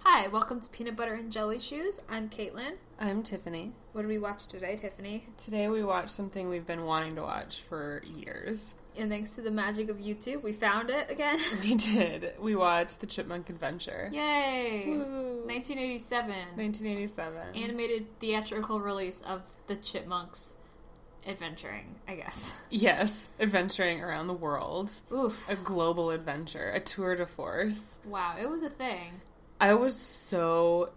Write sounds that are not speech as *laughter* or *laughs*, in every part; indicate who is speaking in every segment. Speaker 1: Hi, welcome to Peanut Butter and Jelly Shoes. I'm Caitlin.
Speaker 2: I'm Tiffany.
Speaker 1: What did we watch today, Tiffany?
Speaker 2: Today we watched something we've been wanting to watch for years. *laughs*
Speaker 1: And thanks to the magic of YouTube, we found it again. *laughs*
Speaker 2: We did. We watched The Chipmunk Adventure.
Speaker 1: Yay!
Speaker 2: Woo.
Speaker 1: 1987.
Speaker 2: 1987.
Speaker 1: Animated theatrical release of The Chipmunks Adventuring, I guess.
Speaker 2: yes, adventuring around the world.
Speaker 1: Oof.
Speaker 2: A global adventure, a tour de force.
Speaker 1: Wow, it was a thing.
Speaker 2: I was so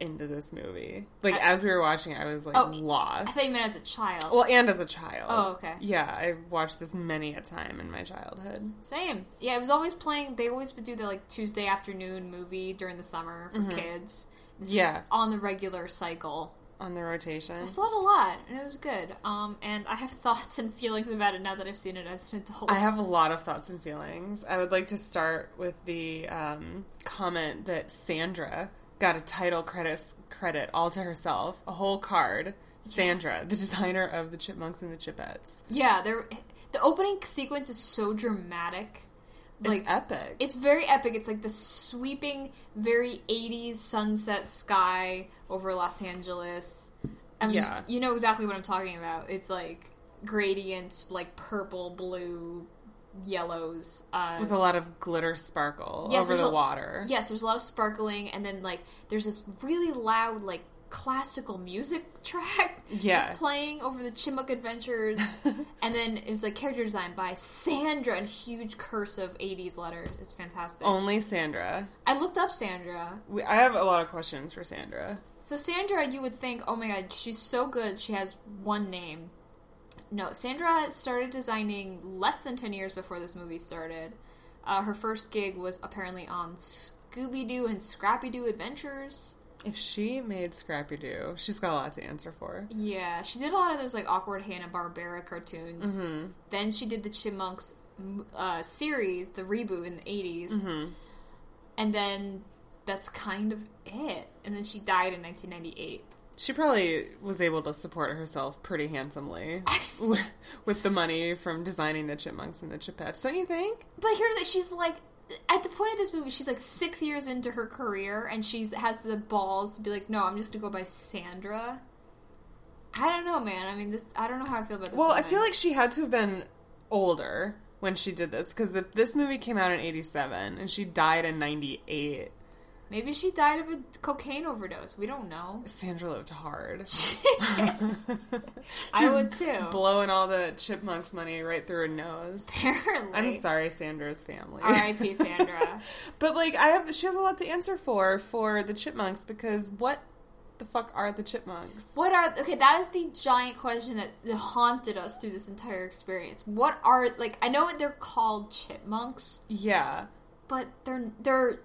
Speaker 2: into this movie. Like,
Speaker 1: I-
Speaker 2: as we were watching, it, I was like
Speaker 1: Oh, I
Speaker 2: lost.
Speaker 1: thought you meant as a child.
Speaker 2: well, and as a child.
Speaker 1: Oh, okay.
Speaker 2: Yeah, I watched this many a time in my childhood.
Speaker 1: Same. Yeah, it was always playing. They always would do the like Tuesday afternoon movie during the summer for kids. It's just
Speaker 2: Yeah.
Speaker 1: on the regular cycle.
Speaker 2: On the rotation.
Speaker 1: I saw it a lot, and it was good. Um, and I have *laughs* thoughts and feelings about it now that I've seen it as an adult.
Speaker 2: I have a lot of thoughts and feelings. I would like to start with the um, comment that Sandra got a title credit credit all to herself, a whole card. Sandra, the designer of the Chipmunks and the Chipettes.
Speaker 1: Yeah, there. The opening sequence is so dramatic. Like
Speaker 2: it's epic.
Speaker 1: It's very epic. It's like the sweeping, very 80s sunset sky over Los Angeles. I mean,
Speaker 2: Yeah.
Speaker 1: You know exactly what I'm talking about. It's like gradient, like purple, blue, yellows. Uh,
Speaker 2: with a lot of glitter sparkle
Speaker 1: Yes,
Speaker 2: over
Speaker 1: there's
Speaker 2: the
Speaker 1: a-
Speaker 2: water.
Speaker 1: yes, there's a lot of sparkling, and then like there's this really loud, like classical music *laughs* track
Speaker 2: Yeah.
Speaker 1: that's playing over the Chipmunk Adventures. and then it was like character design by Sandra in huge cursive 80s letters. It's fantastic.
Speaker 2: *laughs* Only Sandra.
Speaker 1: I looked up Sandra.
Speaker 2: We, I have a lot of questions for Sandra.
Speaker 1: So Sandra, you would think, oh my god, she's so good. She has one name. No, Sandra started designing less than ten years before this movie started. Uh, her first gig was apparently on Scooby Doo and Scrappy Doo Adventures.
Speaker 2: If she made Scrappy Doo, she's got a lot to answer for.
Speaker 1: Yeah, she did a lot of those like awkward Hanna Barbera
Speaker 2: Mm-hmm.
Speaker 1: cartoons. Then she did the Chipmunks m- uh, series, the reboot in the 80s
Speaker 2: Mm-hmm.
Speaker 1: and then that's kind of it. And then she died in nineteen ninety eight.
Speaker 2: She probably was able to support herself pretty handsomely with, with the money from designing the chipmunks and the chipettes, don't you think?
Speaker 1: But here's that she's like at the point of this movie, she's like six years into her career, and she's has the balls to be like, "No, I'm just gonna go by Sandra." I don't know, man. I mean, this I don't know how I feel about this.
Speaker 2: Well, I
Speaker 1: woman.
Speaker 2: feel like she had to have been older when she did this because if this movie came out in 87 and she died in 98,
Speaker 1: maybe she died of a cocaine overdose. We don't know. *laughs*
Speaker 2: Sandra lived hard.
Speaker 1: I would too.
Speaker 2: Blowing all the chipmunks money right through her nose.
Speaker 1: Apparently,
Speaker 2: I'm sorry, Sandra's family.
Speaker 1: R.I.P.
Speaker 2: *laughs*
Speaker 1: Sandra.
Speaker 2: But like I have she has a lot to answer for for the chipmunks because what the fuck are the chipmunks?
Speaker 1: *laughs* What are okay? That is the giant question that that haunted us through this entire experience. What are like? I know what they're called chipmunks.
Speaker 2: Yeah.
Speaker 1: but they're they're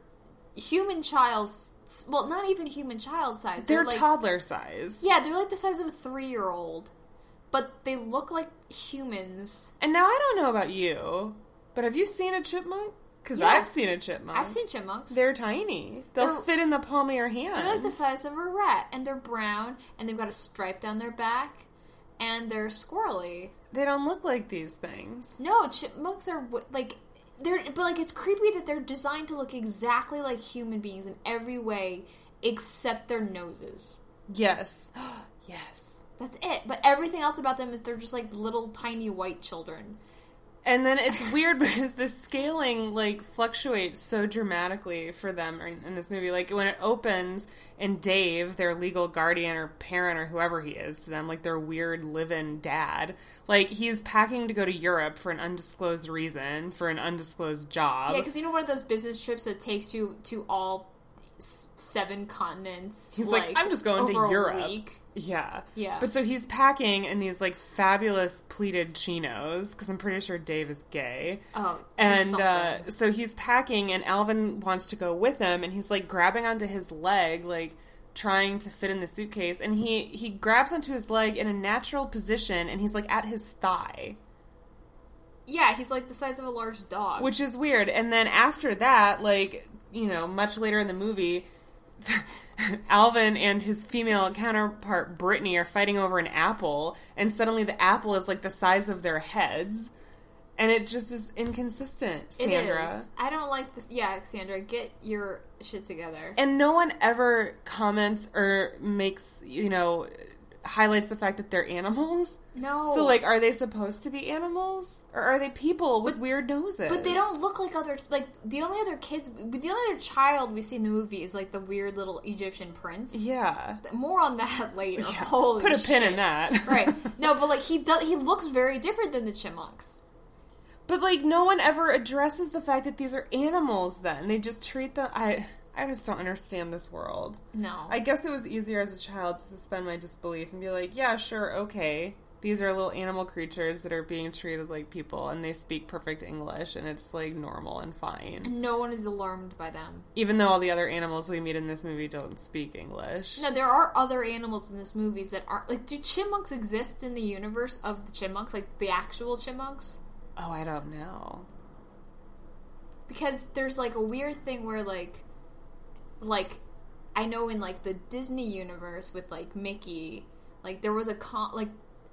Speaker 1: human child's well, not even human child size.
Speaker 2: They're
Speaker 1: like,
Speaker 2: toddler size.
Speaker 1: Yeah, they're like the size of a three year old, but they look like humans.
Speaker 2: And now I don't know about you, but have you seen a chipmunk? Because
Speaker 1: Yeah.
Speaker 2: I've seen a chipmunk.
Speaker 1: I've seen chipmunks.
Speaker 2: They're tiny. They'll
Speaker 1: They're-
Speaker 2: fit in the palm of your hand.
Speaker 1: They're like the size of a rat, and they're brown, and they've got a stripe down their back, and they're squirrely.
Speaker 2: They don't look like these things.
Speaker 1: No, chipmunks are w- like they're, but like it's creepy that they're designed to look exactly like human beings in every way except their noses.
Speaker 2: Yes. *gasps* yes.
Speaker 1: That's it. But everything else about them is they're just like little tiny white children.
Speaker 2: And then it's weird *laughs* because the scaling like fluctuates so dramatically for them in, in this movie. Like when it opens and Dave, their legal guardian or parent or whoever he is to them, like their weird live-in dad, like he's packing to go to Europe for an undisclosed reason for an undisclosed job.
Speaker 1: Yeah, because you know one of those business trips that takes you to all s- seven continents.
Speaker 2: He's like, "I'm just going to
Speaker 1: over a
Speaker 2: Europe."
Speaker 1: week.
Speaker 2: Yeah.
Speaker 1: Yeah.
Speaker 2: But so he's packing in these like fabulous pleated chinos because I'm pretty sure Dave is gay.
Speaker 1: Oh,
Speaker 2: And uh,
Speaker 1: something.
Speaker 2: so he's packing, and Alvin wants to go with him, and he's like grabbing onto his leg, like trying to fit in the suitcase, and he he grabs onto his leg in a natural position, and he's like at his thigh,
Speaker 1: yeah, he's like the size of a large dog.
Speaker 2: which is weird. And then after that, like you know, much later in the movie. *laughs* Alvin and his female counterpart Brittany are fighting over an apple, and suddenly the apple is like the size of their heads. and it just is inconsistent,
Speaker 1: It
Speaker 2: Sandra.
Speaker 1: is. I don't like this. Yeah, Sandra, get your shit together.
Speaker 2: And no one ever comments or makes, you know, highlights the fact that they're animals.
Speaker 1: No.
Speaker 2: So, like, are they supposed to be animals? Or are they people with
Speaker 1: But-
Speaker 2: weird noses?
Speaker 1: But they don't look like other like the only other kids the only other child we see in the movie is like the weird little Egyptian prince.
Speaker 2: Yeah.
Speaker 1: *laughs* More on that later.
Speaker 2: Yeah.
Speaker 1: Holy
Speaker 2: Put a
Speaker 1: shit.
Speaker 2: pin in that.
Speaker 1: *laughs* right.
Speaker 2: *laughs*
Speaker 1: No, but like he does he looks very different than the chipmunks.
Speaker 2: But, like, no one ever addresses the fact that these are animals then. They just treat them. I. I just don't understand this world.
Speaker 1: No.
Speaker 2: I guess it was easier as a child to suspend my disbelief and be like, yeah, sure, okay. These are little animal creatures that are being treated like people and they speak perfect English and it's like normal and fine.
Speaker 1: and no one is alarmed by them.
Speaker 2: Even though all the other animals we meet in this movie don't speak English.
Speaker 1: No, there are other animals in this movies that aren't like do chipmunks exist in the universe of the chipmunks, like the actual chipmunks?
Speaker 2: Oh, I don't know.
Speaker 1: because there's like a weird thing where like like i know in like the disney universe with like mickey like there was a con like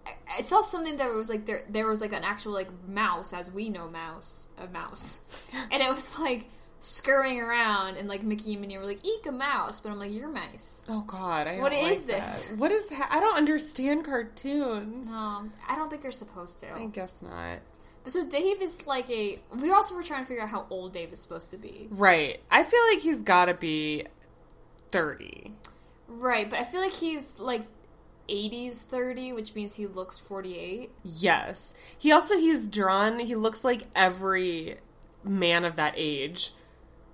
Speaker 1: I- I saw something that was like there. There was like an actual like mouse, as we know mouse, a mouse, and it was like scurrying around, and like Mickey and Minnie were like, "Eek, a mouse!" But I'm like, "You're mice."
Speaker 2: Oh God, I
Speaker 1: What
Speaker 2: don't
Speaker 1: is
Speaker 2: like
Speaker 1: this?
Speaker 2: that. What is? Ha- I don't understand cartoons.
Speaker 1: Um, I don't think you're supposed
Speaker 2: I
Speaker 1: to.
Speaker 2: guess not.
Speaker 1: But so Dave is like a. We also were trying to figure out how old Dave is supposed to be,
Speaker 2: Right. I feel like he's got to be thirty.
Speaker 1: Right, but I feel like he's like 80s 30, which means he looks 48.
Speaker 2: Yes. He also he's drawn. He looks like every man of that age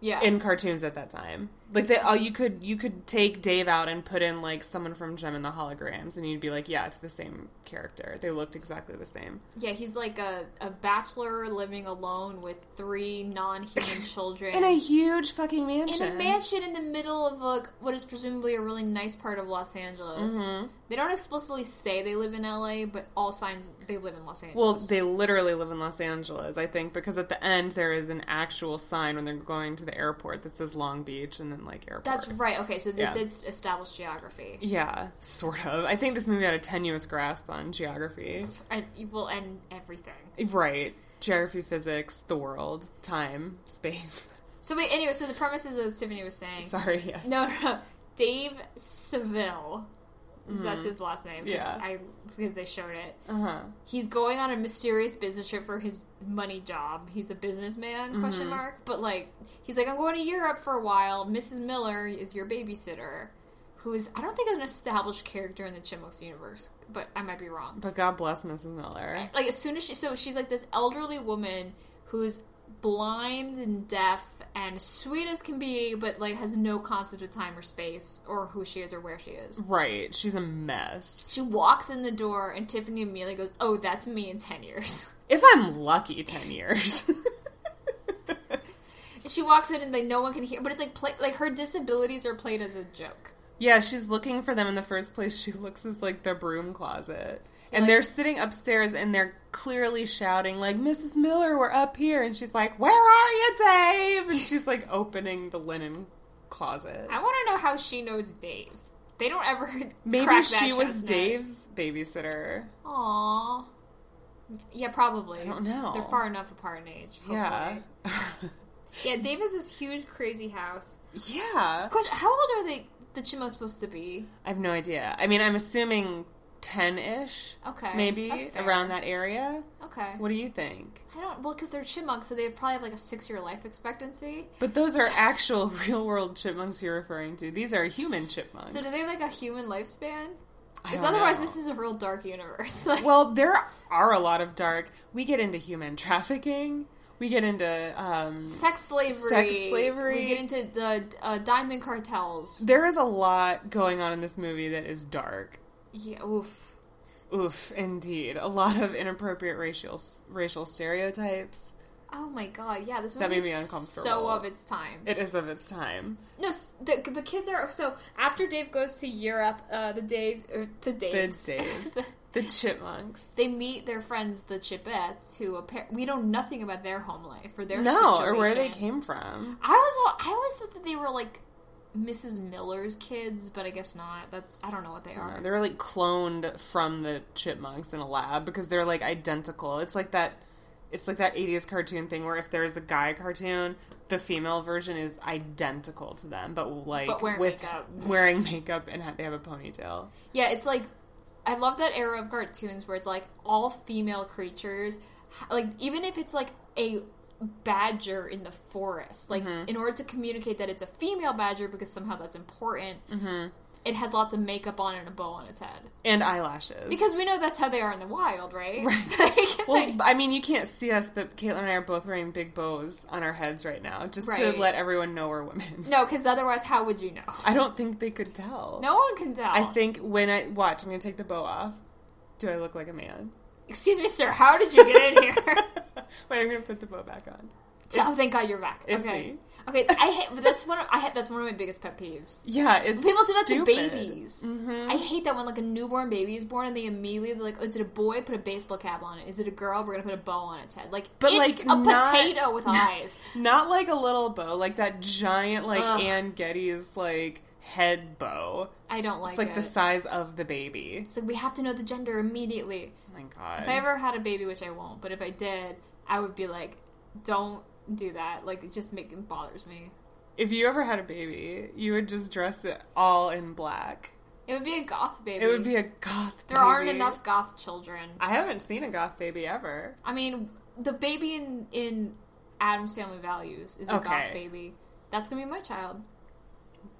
Speaker 1: Yeah.
Speaker 2: in cartoons at that time. Like that, all you could you could take Dave out and put in like someone from Gem and the Holograms, and you'd be like, yeah, it's the same character. They looked exactly the same.
Speaker 1: yeah, he's like a, a bachelor living alone with three non
Speaker 2: *laughs*
Speaker 1: human children.
Speaker 2: In a huge fucking
Speaker 1: In
Speaker 2: mansion.
Speaker 1: a mansion in the middle of like what is presumably a really nice part of Los Angeles.
Speaker 2: Mhm.
Speaker 1: They don't explicitly say they live in LA, but all signs they live in Los Angeles.
Speaker 2: Well, they literally live in Los Angeles, I think, because at the end there is an actual sign when they're going to the airport that says Long Beach and then like airport.
Speaker 1: that's right. Okay, so they
Speaker 2: Yeah.
Speaker 1: did establish geography.
Speaker 2: yeah, sort of. I think this movie had a tenuous grasp on geography.
Speaker 1: And well, and everything.
Speaker 2: Right. Geography, physics, the world, time, space. *laughs*
Speaker 1: So wait, anyway, so the premise is as Tiffany was saying.
Speaker 2: Sorry, yes.
Speaker 1: No, no, no. Dave Seville. That's his last name. 'cause
Speaker 2: Yeah.
Speaker 1: I because they showed it.
Speaker 2: Uh-huh.
Speaker 1: He's going on a mysterious business trip for his money job. He's a businessman? Question mark. But like, he's like, I'm going to Europe for a while. Mrs. Miller is your babysitter, who is I don't think is an established character in the Chipmunks universe, but I might be wrong.
Speaker 2: But God bless Mrs. Miller.
Speaker 1: Like as soon as she, so she's like this elderly woman who's blind and deaf and sweet as can be, but like has no concept of time or space or who she is or where she is.
Speaker 2: Right. She's a mess.
Speaker 1: She walks in the door and Tiffany immediately goes, "Oh, that's me in ten years." *laughs*
Speaker 2: If I'm lucky, 10 years. *laughs*
Speaker 1: And she walks in and like no one can hear, but it's like play, like her disabilities are played as a joke.
Speaker 2: yeah, she's looking for them in the first place. She looks as like the broom closet. And
Speaker 1: Like-
Speaker 2: they're sitting upstairs and they're clearly shouting, like, Mrs. Miller, we're up here. And she's like, Where are you, Dave? And she's like opening the linen closet.
Speaker 1: I want to know how she knows Dave. They don't ever *laughs*
Speaker 2: Maybe
Speaker 1: crack
Speaker 2: she
Speaker 1: that
Speaker 2: was
Speaker 1: chestnut.
Speaker 2: Dave's babysitter.
Speaker 1: Aw. Yeah, probably.
Speaker 2: I don't know.
Speaker 1: They're far enough apart in age. Hopefully.
Speaker 2: Yeah.
Speaker 1: Yeah, Dave has this huge, crazy house.
Speaker 2: *laughs* yeah.
Speaker 1: Question: How old are they? The Chimos supposed to be?
Speaker 2: I have no idea. I mean, I'm assuming 10 ish,
Speaker 1: Okay, that's
Speaker 2: maybe
Speaker 1: fair.
Speaker 2: around that area.
Speaker 1: Okay,
Speaker 2: What do you think?
Speaker 1: I don't. Well, because they're chipmunks, so they probably have like a six-year life expectancy.
Speaker 2: But those
Speaker 1: *laughs*
Speaker 2: are actual *laughs* real world chipmunks you're referring to. These are human chipmunks.
Speaker 1: So do they have like a human lifespan?
Speaker 2: I
Speaker 1: Because
Speaker 2: don't
Speaker 1: otherwise,
Speaker 2: know.
Speaker 1: this is a real dark universe. *laughs* Like,
Speaker 2: Well, there are a lot of dark. We get into human trafficking, we get into. Um,
Speaker 1: sex slavery.
Speaker 2: Sex slavery.
Speaker 1: We get into the uh, diamond cartels.
Speaker 2: there is a lot going on in this movie that is dark.
Speaker 1: Yeah. Oof.
Speaker 2: Oof, indeed. A lot of inappropriate racial racial stereotypes.
Speaker 1: Oh my god. Yeah, this movie
Speaker 2: That made me
Speaker 1: is
Speaker 2: uncomfortable.
Speaker 1: so of its time.
Speaker 2: It is of its time.
Speaker 1: No, s- the, the kids are so. After Dave goes to Europe, uh, the Dave, or the Daves,
Speaker 2: Daves.
Speaker 1: *laughs*
Speaker 2: The chipmunks.
Speaker 1: they meet their friends, the Chipettes, who appar- we know nothing about their home life or their
Speaker 2: no,
Speaker 1: situation.
Speaker 2: or where they came from.
Speaker 1: I was, all- I always thought that they were like Mrs. Miller's kids, but I guess not. That's I don't know what they are.
Speaker 2: They're like cloned from the chipmunks in a lab because they're like identical. It's like that It's like that 80s cartoon thing where if there's a guy cartoon, the female version is identical to them, but like
Speaker 1: But wearing
Speaker 2: with
Speaker 1: makeup.
Speaker 2: *laughs* wearing makeup and ha- they have a ponytail.
Speaker 1: Yeah, it's like I love that era of cartoons where it's like all female creatures, like even if it's like a badger in the forest, like
Speaker 2: Mm-hmm.
Speaker 1: in order to communicate that it's a female badger because somehow that's important,
Speaker 2: Mm-hmm.
Speaker 1: it has lots of makeup on and a bow on its head
Speaker 2: And eyelashes.
Speaker 1: because we know that's how they are in the wild, right? *laughs* Right.
Speaker 2: well, I mean, you can't see us, but Caitlin and I are both wearing big bows on our heads right now, just
Speaker 1: Right.
Speaker 2: to let everyone know we're women. *laughs*
Speaker 1: no, because otherwise, how would you know?
Speaker 2: I don't think they could tell.
Speaker 1: No one can tell.
Speaker 2: I think when I watch, I'm gonna take the bow off. Do I look like a man?
Speaker 1: *laughs* Excuse me, sir. How did you get in here?
Speaker 2: *laughs*
Speaker 1: *laughs*
Speaker 2: Wait, I'm gonna put the bow back on.
Speaker 1: oh, thank God you're back.
Speaker 2: It's
Speaker 1: okay.
Speaker 2: me.
Speaker 1: Okay, I hate, but that's one. Of, I hate, that's one of my biggest pet peeves.
Speaker 2: Yeah, it's
Speaker 1: People do that
Speaker 2: stupid. Mm-hmm.
Speaker 1: to babies. I hate that when like a newborn baby is born and they immediately they're like, oh, is it a boy? Put a baseball cap on it. Is it a girl? We're gonna put a bow on its head. Like,
Speaker 2: But,
Speaker 1: it's
Speaker 2: like,
Speaker 1: a
Speaker 2: not-
Speaker 1: potato
Speaker 2: *laughs*
Speaker 1: with eyes.
Speaker 2: Not like a little bow, like that giant, like
Speaker 1: Ugh.
Speaker 2: Anne Getty's like head bow.
Speaker 1: I don't like,
Speaker 2: It's like
Speaker 1: it.
Speaker 2: the size of the baby.
Speaker 1: It's like we have to know the gender immediately.
Speaker 2: Oh my god.
Speaker 1: If I ever had a baby, which I won't, but if I did, I would be like, don't do that. Like, it just make, it bothers me.
Speaker 2: if you ever had a baby, you would just dress it all in black.
Speaker 1: It would be a goth baby.
Speaker 2: It would be a goth.
Speaker 1: There aren't
Speaker 2: baby.
Speaker 1: enough goth children.
Speaker 2: I haven't seen a goth baby ever.
Speaker 1: I mean, the baby in in Adam's Family Values is a
Speaker 2: Okay.
Speaker 1: goth baby. That's gonna be my child.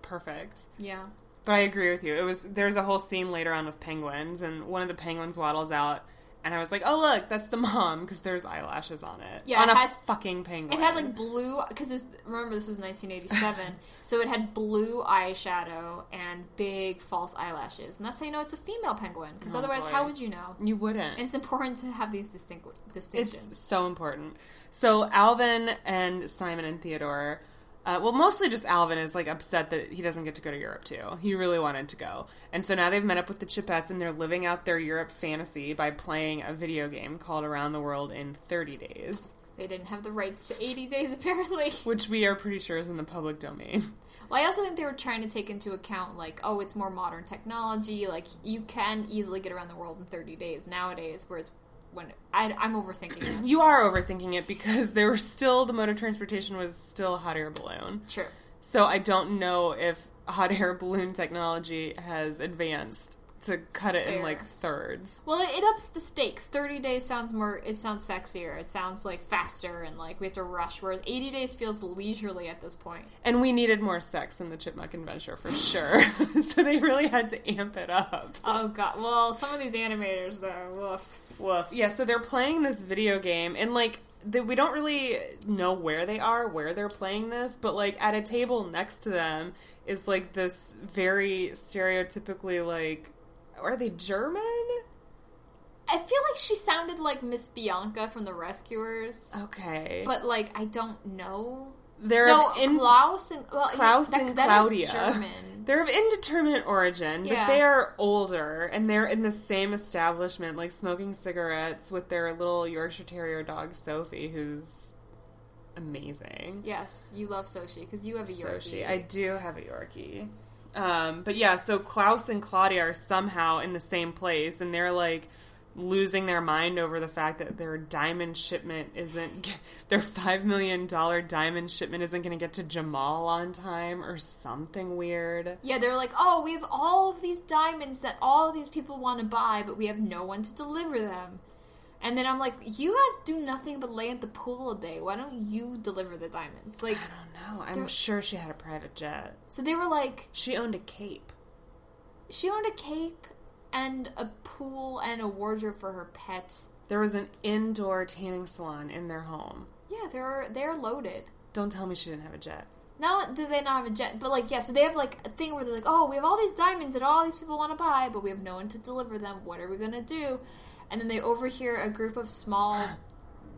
Speaker 2: Perfect.
Speaker 1: Yeah.
Speaker 2: But I agree with you. It was there's a whole scene later on with penguins, and one of the penguins waddles out, and I was like, "Oh look, that's the mom," because there's eyelashes on it.
Speaker 1: Yeah,
Speaker 2: on
Speaker 1: it
Speaker 2: a
Speaker 1: has-
Speaker 2: fucking penguin.
Speaker 1: It had like blue because remember this was
Speaker 2: *laughs*
Speaker 1: 1987, so it had blue eyeshadow and big false eyelashes, and that's how you know it's a female penguin. Because
Speaker 2: Oh,
Speaker 1: otherwise,
Speaker 2: boy.
Speaker 1: how would you know?
Speaker 2: you wouldn't.
Speaker 1: And it's important to have these distinct distinctions.
Speaker 2: It's so important. So Alvin and Simon and Theodore, uh, well, mostly just Alvin is like upset that he doesn't get to go to Europe too. He really wanted to go, and so now they've met up with the Chipettes, and they're living out their Europe fantasy by playing a video game called Around the World in 30 Days,
Speaker 1: they didn't have the rights to 80 days *laughs* apparently.
Speaker 2: which we are pretty sure is in the public domain.
Speaker 1: Well, I also think they were trying to take into account like, oh, it's more modern technology. Like you can easily get around the world in 30 days nowadays, whereas when I, I'm overthinking
Speaker 2: *clears throat*
Speaker 1: this.
Speaker 2: You are overthinking it because *laughs* there were still the mode of transportation was still hot air balloon.
Speaker 1: Sure.
Speaker 2: So I don't know if hot air balloon technology has advanced to cut it
Speaker 1: Fair.
Speaker 2: in like thirds.
Speaker 1: Well, it, it ups the stakes. Thirty days sounds more. It sounds sexier. It sounds like faster and like we have to rush. Whereas eighty days feels leisurely at this point.
Speaker 2: And we needed more sex in the Chipmunk Adventure for sure. *laughs* so they really had to amp it up.
Speaker 1: Oh god. Well, some of these animators though. Woof.
Speaker 2: Woof. Yeah, so they're playing this video game and like the, we don't really know where they are, where they're playing this, but like at a table next to them is like this very stereotypically like are they German?
Speaker 1: I feel like she sounded like Miss Bianca from The Rescuers,
Speaker 2: Okay.
Speaker 1: but like I don't know.
Speaker 2: they're
Speaker 1: No,
Speaker 2: of in-
Speaker 1: Klaus and well,
Speaker 2: Klaus
Speaker 1: that-
Speaker 2: and
Speaker 1: that is
Speaker 2: Claudia.
Speaker 1: German.
Speaker 2: They're of indeterminate origin,
Speaker 1: Yeah.
Speaker 2: but they are older and they're in the same establishment, like smoking cigarettes with their little Yorkshire Terrier dog Sophie, who's amazing.
Speaker 1: Yes, you love Soshi because you have a Yorkie.
Speaker 2: Sophie. I do have a Yorkie. Um, but yeah, so Klaus and Claudia are somehow in the same place and they're like losing their mind over the fact that their diamond shipment isn't *laughs* their 5 million dollar diamond shipment isn't going to get to Jamal on time or something weird.
Speaker 1: Yeah, they're like, oh, we have all of these diamonds that all of these people want to buy, but we have no one to deliver them. And then I'm like, you guys do nothing but lay at the pool all day. Why don't you deliver the diamonds?
Speaker 2: *sighs*
Speaker 1: Like,
Speaker 2: I don't know. I'm
Speaker 1: They're-
Speaker 2: sure she had a private jet.
Speaker 1: so they were like,
Speaker 2: She owned a cape.
Speaker 1: she owned a cape and a pool and a wardrobe for her pet.
Speaker 2: There was an indoor tanning salon in their home.
Speaker 1: Yeah, they're they're loaded.
Speaker 2: Don't tell me she didn't have a jet.
Speaker 1: Not that they not have a jet, but like yeah, so they have like a thing where they're like, oh, we have all these diamonds that all these people want to buy, but we have no one to deliver them. What are we gonna do? And then they overhear a group of small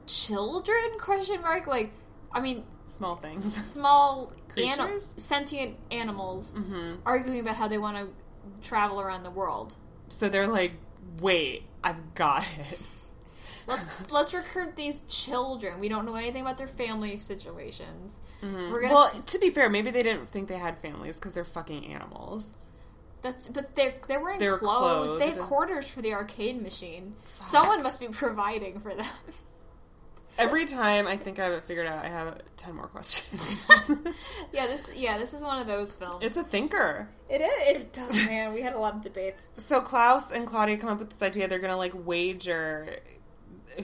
Speaker 1: children question mark like, I mean,
Speaker 2: Small things. *laughs*
Speaker 1: small ani-
Speaker 2: Creatures?
Speaker 1: sentient animals
Speaker 2: Mhm.
Speaker 1: arguing about how they want to travel around the world.
Speaker 2: So they're like, "Wait, I've got it."
Speaker 1: Let's let's recruit these children. We don't know anything about their family situations. We're gonna
Speaker 2: Mm-hmm. Well, to be fair, maybe they didn't think they had families because they're fucking animals.
Speaker 1: That's but they're they're wearing
Speaker 2: They're
Speaker 1: clothes. They have *laughs*
Speaker 2: clothed.
Speaker 1: quarters for the arcade machine. Someone must be providing for them.
Speaker 2: Every time I think I have it figured out, I have ten
Speaker 1: *laughs*
Speaker 2: more *laughs* questions.
Speaker 1: Yeah, this yeah, this is one of those films.
Speaker 2: it's a thinker.
Speaker 1: It is. It does, man. We had a lot of debates.
Speaker 2: So Klaus and Claudia come up with this idea they're going to like wager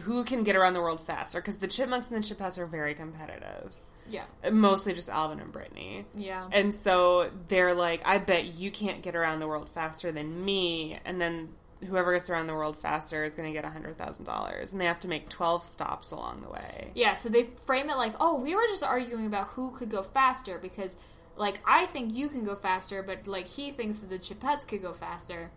Speaker 2: who can get around the world faster because the chipmunks and the chipettes are very competitive.
Speaker 1: Yeah,
Speaker 2: Mostly just Alvin and Brittany.
Speaker 1: yeah.
Speaker 2: And so they're like, I bet you can't get around the world faster than me. And then whoever gets around the world faster is going to get $100,000. And they have to make 12 stops along the way.
Speaker 1: Yeah, so they frame it like, oh, we were just arguing about who could go faster because, like, I think you can go faster, but, like, he thinks that the Chipettes could go faster.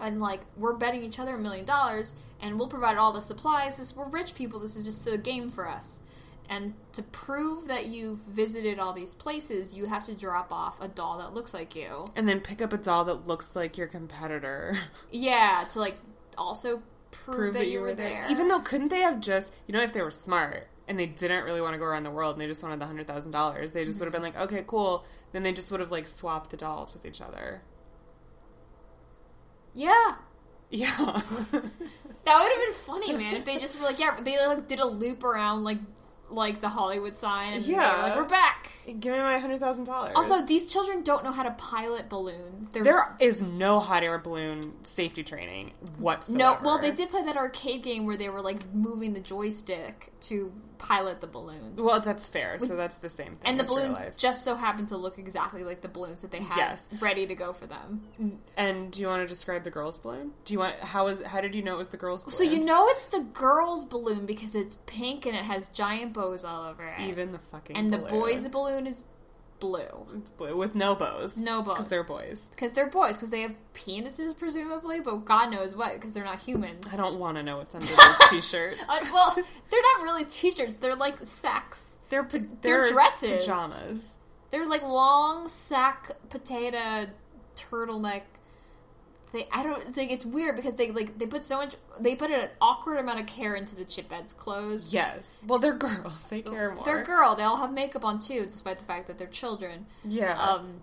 Speaker 1: And, like, we're betting each other a million dollars and we'll provide all the supplies. This, we're rich people. This is just a game for us. And to prove that you've visited all these places, you have to drop off a doll that looks like you.
Speaker 2: And then pick up a doll that looks like your competitor. *laughs*
Speaker 1: Yeah, to, like, also prove, that, you, were there.
Speaker 2: Even though, couldn't they have just, you know, if they were smart and they didn't really want to go around the world and they just wanted the $100,000, they
Speaker 1: Mm-hmm.
Speaker 2: just would have been like, okay, cool. Then they just would have like swapped the dolls with each other. *laughs*
Speaker 1: Yeah. *laughs*
Speaker 2: Yeah. *laughs*
Speaker 1: That would have been funny, man, if they just were like, yeah, they like did a loop around like like the Hollywood sign and yeah.
Speaker 2: Yeah.
Speaker 1: like, we're back.
Speaker 2: Give me my $100,000.
Speaker 1: Also, these children don't know how to pilot balloons. They're,
Speaker 2: There is no hot air balloon safety training
Speaker 1: no
Speaker 2: whatsoever.
Speaker 1: well they did play that arcade game where they were like moving the joystick to pilot the balloons.
Speaker 2: Well, that's fair. So that's the same thing.
Speaker 1: and the
Speaker 2: as real
Speaker 1: balloons
Speaker 2: life.
Speaker 1: just so happened to look exactly like the balloons that they had
Speaker 2: Yes.
Speaker 1: ready to go for them.
Speaker 2: And do you want to describe the girls' balloon? Do you want how is how did you know it was the girls' balloon?
Speaker 1: So you know it's the girls' balloon because it's pink and it has giant bows all over it.
Speaker 2: even the fucking
Speaker 1: and the
Speaker 2: balloon.
Speaker 1: boys' balloon is blue.
Speaker 2: it's blue with no bows.
Speaker 1: No bows.
Speaker 2: because they're boys.
Speaker 1: Because they're boys, because they have penises, presumably, but God knows what, because they're not humans.
Speaker 2: I don't want to
Speaker 1: *laughs*
Speaker 2: know what's under those t-shirts.
Speaker 1: Uh,
Speaker 2: *laughs*
Speaker 1: well, they're not really t shirts, they're like sacks.
Speaker 2: They're pa-
Speaker 1: They're dresses.
Speaker 2: pajamas.
Speaker 1: They're like long sack potato turtleneck. They, I don't it's like it's weird because they like they put so much they put an awkward amount of care into the chipheads clothes.
Speaker 2: Yes. Well, they're girls. They care more.
Speaker 1: They're girl. They all have makeup on too, despite the fact that they're children.
Speaker 2: Yeah.
Speaker 1: Um,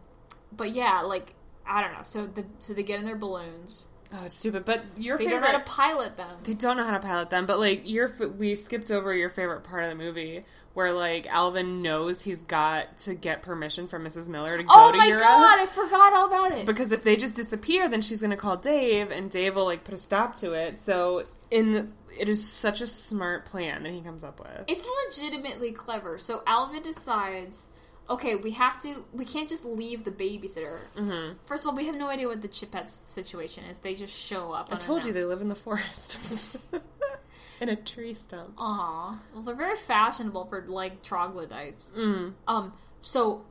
Speaker 1: but yeah, like I don't know. So the so they get in their balloons.
Speaker 2: oh, it's stupid. But your
Speaker 1: They
Speaker 2: favorite.
Speaker 1: don't know how to pilot them.
Speaker 2: They don't know how to pilot them, but like your f- we skipped over your favorite part of the movie where like Alvin knows he's got to get permission from Mrs. Miller to go
Speaker 1: Oh
Speaker 2: to
Speaker 1: my
Speaker 2: Europe
Speaker 1: god, I forgot all about it.
Speaker 2: because if they just disappear, then she's going to call Dave and Dave will like put a stop to it. So in it is such a smart plan that he comes up with.
Speaker 1: It's legitimately clever. So Alvin decides, okay, we have to, we can't just leave the babysitter. Mm-hmm. First of all, we have no idea what the Chipettes situation is. They just show up.
Speaker 2: I told you they live in the forest *laughs* in a tree stump.
Speaker 1: Aw, well, they're very fashionable for like troglodytes. Um, so.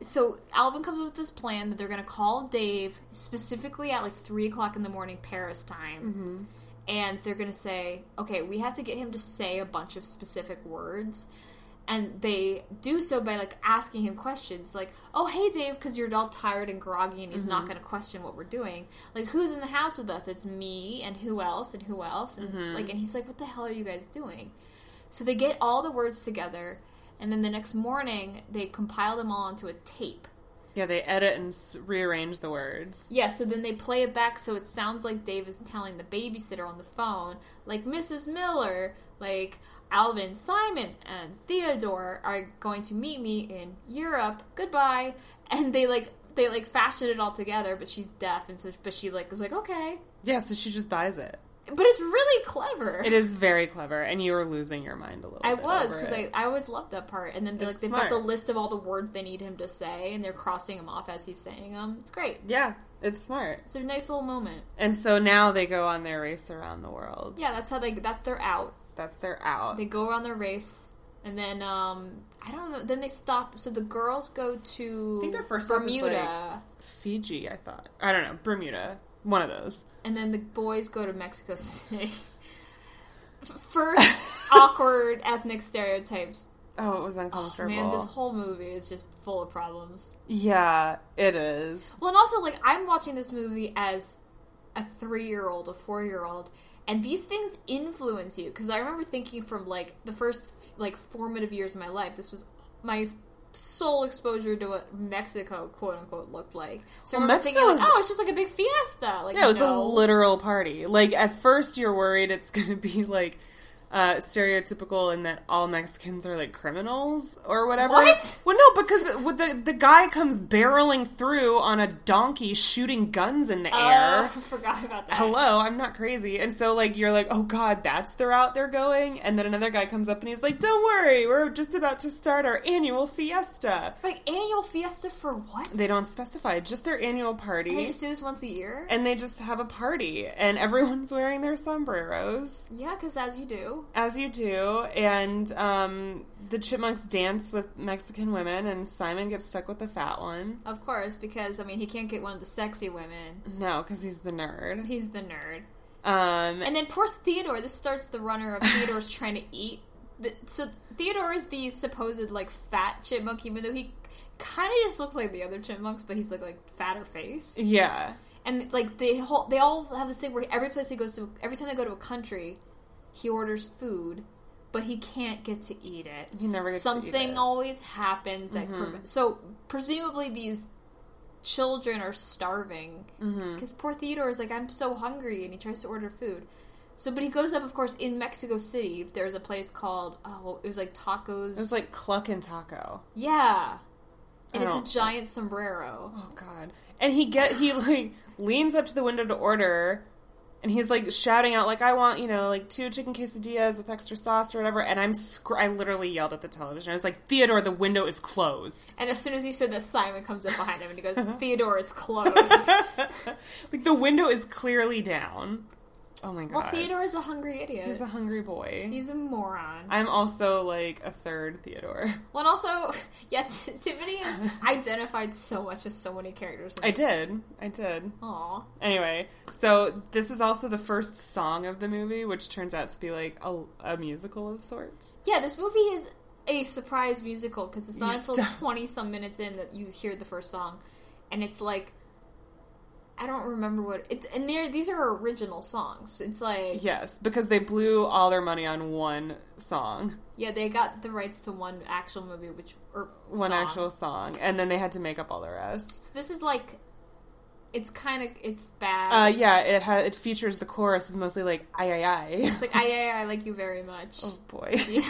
Speaker 1: So Alvin comes up with this plan that they're going to call Dave specifically at like three o'clock in the morning Paris time, and they're going to say, "Okay, we have to get him to say a bunch of specific words." And they do so by like asking him questions, like, "Oh, hey, Dave, because you're all tired and groggy, and he's not going to question what we're doing. Like, who's in the house with us? It's me, and who else, and who else, and like." And he's like, "What the hell are you guys doing?" So they get all the words together, and then the next morning they compile them all onto a tape.
Speaker 2: Yeah, they edit and s- rearrange the words.
Speaker 1: Yeah, so then they play it back so it sounds like Dave is telling the babysitter on the phone, like Mrs. Miller, like Alvin, Simon, and Theodore are going to meet me in Europe. Goodbye. *laughs* And they like they like fashion it all together, but she's deaf and so but she like is like, okay.
Speaker 2: Yeah, so she just buys it.
Speaker 1: But it's really clever.
Speaker 2: It is very clever, and you were losing your mind a little.
Speaker 1: I
Speaker 2: bit
Speaker 1: was
Speaker 2: over
Speaker 1: because
Speaker 2: it.
Speaker 1: I, I always loved that part, and then they,
Speaker 2: It's
Speaker 1: like they've got
Speaker 2: smart.
Speaker 1: the list of all the words they need him to say, and they're crossing them off as he's saying them. It's great.
Speaker 2: Yeah, it's smart.
Speaker 1: It's a nice little moment.
Speaker 2: And so now they go on their race around the world.
Speaker 1: Yeah, that's how they. That's their out.
Speaker 2: That's their out.
Speaker 1: They go around their race, and then um I don't know. Then they stop. So the girls go to
Speaker 2: I think their first stop is,
Speaker 1: Bermuda,
Speaker 2: Fiji, I thought. I don't know. Bermuda. One of those.
Speaker 1: and then the boys go to Mexico City. *laughs* First awkward ethnic stereotypes.
Speaker 2: Oh, it was
Speaker 1: Oh,
Speaker 2: uncomfortable.
Speaker 1: man, this whole movie is just full of problems.
Speaker 2: yeah, it is.
Speaker 1: Well, and also, like, I'm watching this movie as a three year old, a four year old, and these things influence you. Because I remember thinking from, like, the first, like, formative years of my life, this was my sole exposure to what Mexico, quote unquote, looked like. So I
Speaker 2: Well,
Speaker 1: remember thinking, like,
Speaker 2: Mexico's-
Speaker 1: oh, it's just like a big fiesta. Like,
Speaker 2: Yeah, it was
Speaker 1: no.
Speaker 2: *laughs* a literal party. Like, at first you're worried it's going to be like uh, stereotypical in that all Mexicans are like criminals or whatever.
Speaker 1: What?
Speaker 2: Well, no, because with the the guy comes barreling through on a donkey, shooting guns in the
Speaker 1: *laughs* Oh,
Speaker 2: air.
Speaker 1: I forgot about that.
Speaker 2: Hello, I'm not crazy. And so, like, you're like, oh god, that's the route they're going. And then another guy comes up and he's like, don't worry, we're just about to start our annual fiesta.
Speaker 1: Like annual fiesta for what?
Speaker 2: They don't specify, just their annual party.
Speaker 1: They just do this once a year.
Speaker 2: and they just have a party, and *laughs* everyone's wearing their sombreros.
Speaker 1: yeah, because as you do.
Speaker 2: As you do, and um, the chipmunks dance with Mexican women, and Simon gets stuck with the fat one.
Speaker 1: Of course, because I mean he can't get one of the sexy women.
Speaker 2: No, because he's the nerd.
Speaker 1: He's the nerd.
Speaker 2: Um,
Speaker 1: And then poor Theodore. This starts the runner of Theodore's *laughs* trying to eat. The, so Theodore is the supposed like fat chipmunk, even though he kind of just looks like the other chipmunks, but he's like like fatter face.
Speaker 2: yeah,
Speaker 1: And like they whole, they all have this thing where every place he goes to, every time they go to a country, he orders food, but he can't get to eat it.
Speaker 2: he never gets
Speaker 1: Something
Speaker 2: to eat it. Mm-hmm.
Speaker 1: always happens that prevent- so presumably these children are starving
Speaker 2: mm-hmm.
Speaker 1: because poor Theodore is like I'm so hungry and he tries to order food. So, but he goes up, of course, in Mexico City. There's a place called oh, it was like tacos.
Speaker 2: It was like cluck and taco.
Speaker 1: yeah, and
Speaker 2: I
Speaker 1: it's
Speaker 2: don't-
Speaker 1: a giant sombrero.
Speaker 2: Oh god! And he get he *laughs* like leans up to the window to order, and he's like shouting out like I want you know like two chicken quesadillas with extra sauce or whatever. And I'm scr- I literally yelled at the television. I was like Theodore, the window is closed. *laughs*
Speaker 1: And as soon as you said that, Simon comes up behind him and he goes, "Theodore, it's
Speaker 2: *laughs*
Speaker 1: closed."
Speaker 2: Like the window is clearly down. Oh my god!
Speaker 1: well, Theodore is a hungry idiot.
Speaker 2: he's a hungry boy.
Speaker 1: He's a moron.
Speaker 2: I'm also like a third Theodore. *laughs*
Speaker 1: Well, and also, *laughs* yes, Tiffany identified so much with so many characters.
Speaker 2: I did. I did.
Speaker 1: Aww.
Speaker 2: Anyway, so this is also the first song of the movie, which turns out to be like a, a musical of sorts.
Speaker 1: Yeah, this movie is a surprise musical because it's not
Speaker 2: You
Speaker 1: until
Speaker 2: stop.
Speaker 1: twenty some minutes in that you hear the first song, and it's like, I don't remember what it. And there, these are original songs. It's like, yeah.
Speaker 2: Yes, because they blew all their money on one song,
Speaker 1: they got the rights to one actual movie, which or
Speaker 2: one
Speaker 1: song.
Speaker 2: actual song, and then they had to make up all the rest.
Speaker 1: So this is like, it's kind of it's bad.
Speaker 2: Uh, yeah, it ha- it features the chorus is mostly like I I I.
Speaker 1: *laughs* it's like I, I I like you very much.
Speaker 2: Oh boy.
Speaker 1: *laughs* Yeah.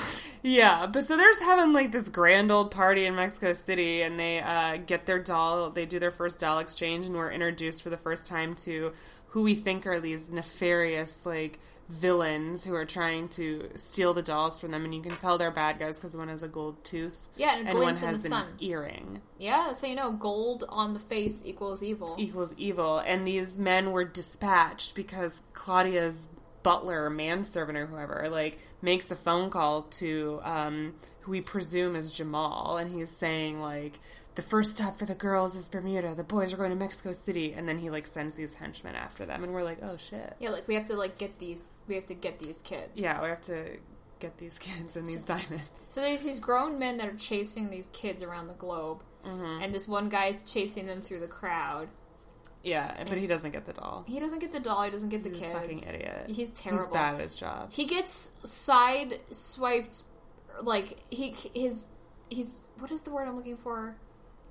Speaker 2: Yeah, but so they're just having like this grand old party in Mexico City, and they uh, get their doll. They do their first doll exchange, and we're introduced for the first time to who we think are these nefarious like villains who are trying to steal the dolls from them. And you can tell they're bad guys because one has a gold tooth
Speaker 1: Yeah, and it
Speaker 2: and one
Speaker 1: glints in the
Speaker 2: has an e-
Speaker 1: sun.
Speaker 2: earring
Speaker 1: Yeah, so you know, gold on the face equals evil.
Speaker 2: equals evil. And these men were dispatched because Claudia's butler or manservant or whoever like makes a phone call to um, who we presume is Jamal, and he's saying like. The first stop for the girls is Bermuda. The boys are going to Mexico City, and then he like sends these henchmen after them, and we're like, "Oh shit!"
Speaker 1: Yeah, like we have to like get these. We have to get these kids.
Speaker 2: Yeah, we have to get these *laughs* kids and these diamonds.
Speaker 1: So there's these grown men that are chasing these kids around the globe,
Speaker 2: Mm-hmm.
Speaker 1: and this one guy is chasing them through the crowd.
Speaker 2: Yeah, but he doesn't get the doll.
Speaker 1: He doesn't get the doll. He doesn't get the
Speaker 2: He's a
Speaker 1: kids.
Speaker 2: fucking idiot.
Speaker 1: He's
Speaker 2: He's
Speaker 1: terrible.
Speaker 2: bad at his job.
Speaker 1: He gets side swiped, like he his he's what is the word I'm looking for?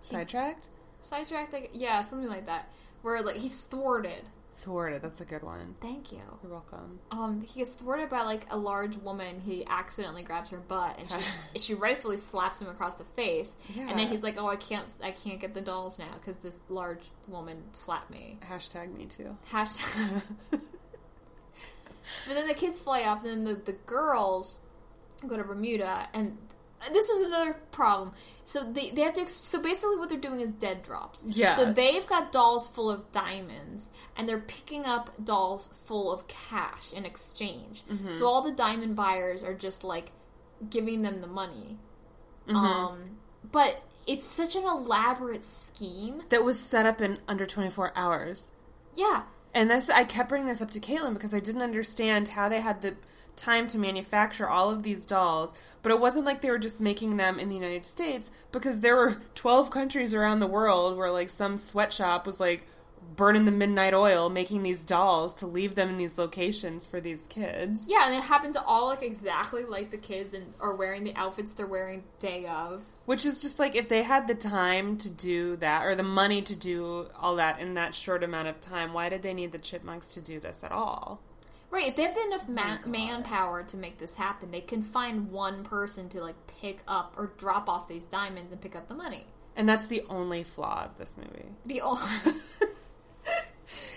Speaker 2: Sidetracked,
Speaker 1: Sidetracked, like yeah, something like that. Where like he's thwarted.
Speaker 2: thwarted. That's a good one.
Speaker 1: Thank you.
Speaker 2: You're welcome.
Speaker 1: Um, he gets thwarted by like a large woman. He accidentally grabs her butt, and she she rightfully slaps him across the face. And
Speaker 2: Yeah.
Speaker 1: then he's like, "Oh, I can't, I can't get the dolls now because this large woman slapped me." *laughs*
Speaker 2: Hashtag me too. Um,
Speaker 1: Hashtag. but then the kids fly off, and then the, the girls go to Bermuda, and this is another problem. So they, they have to. ex- So basically, what they're doing is dead drops.
Speaker 2: Yeah.
Speaker 1: So they've got dolls full of diamonds, and they're picking up dolls full of cash in exchange.
Speaker 2: Mm-hmm.
Speaker 1: So all the diamond buyers are just like giving them the money.
Speaker 2: Mm-hmm.
Speaker 1: Um, but it's such an elaborate scheme.
Speaker 2: that was set up in under 24 hours.
Speaker 1: Yeah.
Speaker 2: And this, I kept bringing this up to Caitlin because I didn't understand how they had the time to manufacture all of these dolls. But it wasn't like they were just making them in the United States because there were 12 countries around the world where, like, some sweatshop was like burning the midnight oil, making these dolls to leave them in these locations for these kids.
Speaker 1: Yeah, and it happened to all look exactly like the kids and are wearing the outfits they're wearing day of.
Speaker 2: Which is just like if they had the time to do that or the money to do all that in that short amount of time, why did they need the chipmunks to do this at all?
Speaker 1: Right, if they have enough
Speaker 2: Oh
Speaker 1: ma- manpower to make this happen, they can find one person to like pick up or drop off these diamonds and pick up the money.
Speaker 2: And that's the only flaw of this movie.
Speaker 1: The old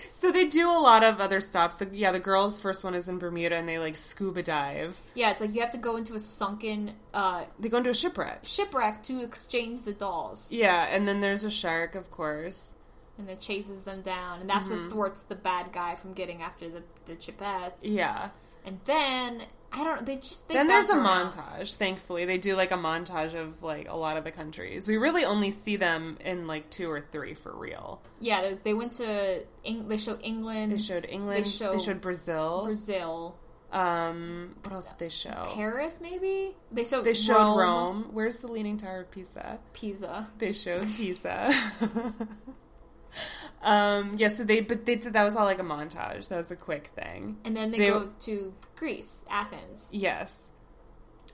Speaker 2: So they do a lot of other stops. The, yeah, the girls' first one is in Bermuda, and they like scuba dive.
Speaker 1: *laughs* yeah, it's like you have to go into a sunken uh,
Speaker 2: They go into a shipwreck.
Speaker 1: shipwreck to exchange the dolls,
Speaker 2: Yeah, and then there's a shark, of course.
Speaker 1: and it chases them down, and that's
Speaker 2: Mm-hmm.
Speaker 1: what thwarts the bad guy from getting after the the chipettes.
Speaker 2: Yeah.
Speaker 1: And then I don't. They just they
Speaker 2: then there's a
Speaker 1: bounce around.
Speaker 2: montage. Thankfully, they do like a montage of like a lot of the countries. We really only see them in like two or three for real.
Speaker 1: Yeah, they, they went to Eng- they show England,
Speaker 2: They showed England. They,
Speaker 1: show-
Speaker 2: showed Brazil.
Speaker 1: Brazil,
Speaker 2: um, what else did they show?
Speaker 1: Paris, maybe they showed
Speaker 2: They showed Rome.
Speaker 1: Rome,
Speaker 2: Where's the Leaning Tower of Pisa?
Speaker 1: Pisa.
Speaker 2: They
Speaker 1: *laughs*
Speaker 2: showed Pisa. *laughs* um, yeah. So they, but they did that was all like a montage. That was a quick thing.
Speaker 1: And then they,
Speaker 2: They-
Speaker 1: go to Greece, Athens,
Speaker 2: Yes.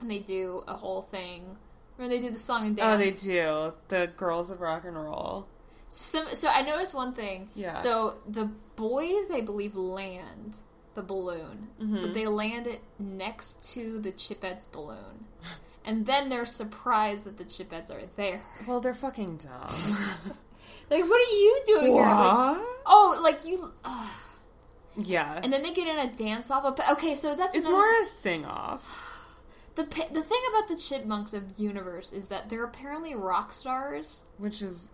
Speaker 1: and they do a whole thing. Remember they do the song and dance.
Speaker 2: Oh, they do. The girls of rock and roll.
Speaker 1: So, some, so I noticed one thing.
Speaker 2: Yeah.
Speaker 1: So the boys, I believe, land the balloon,
Speaker 2: Mm-hmm.
Speaker 1: but they land it next to the Chipettes
Speaker 2: *laughs*
Speaker 1: balloon, and then they're surprised that the Chipettes are there.
Speaker 2: Well, they're fucking dumb.
Speaker 1: *laughs* Like, what are you
Speaker 2: *laughs*
Speaker 1: doing? here? Like, oh, like you. ugh.
Speaker 2: Yeah.
Speaker 1: And then they get in a dance off. Okay, so that's
Speaker 2: It's
Speaker 1: another-
Speaker 2: more a sing off.
Speaker 1: the pa- the thing about the chipmunks of universe is that they're apparently rock stars.
Speaker 2: Which is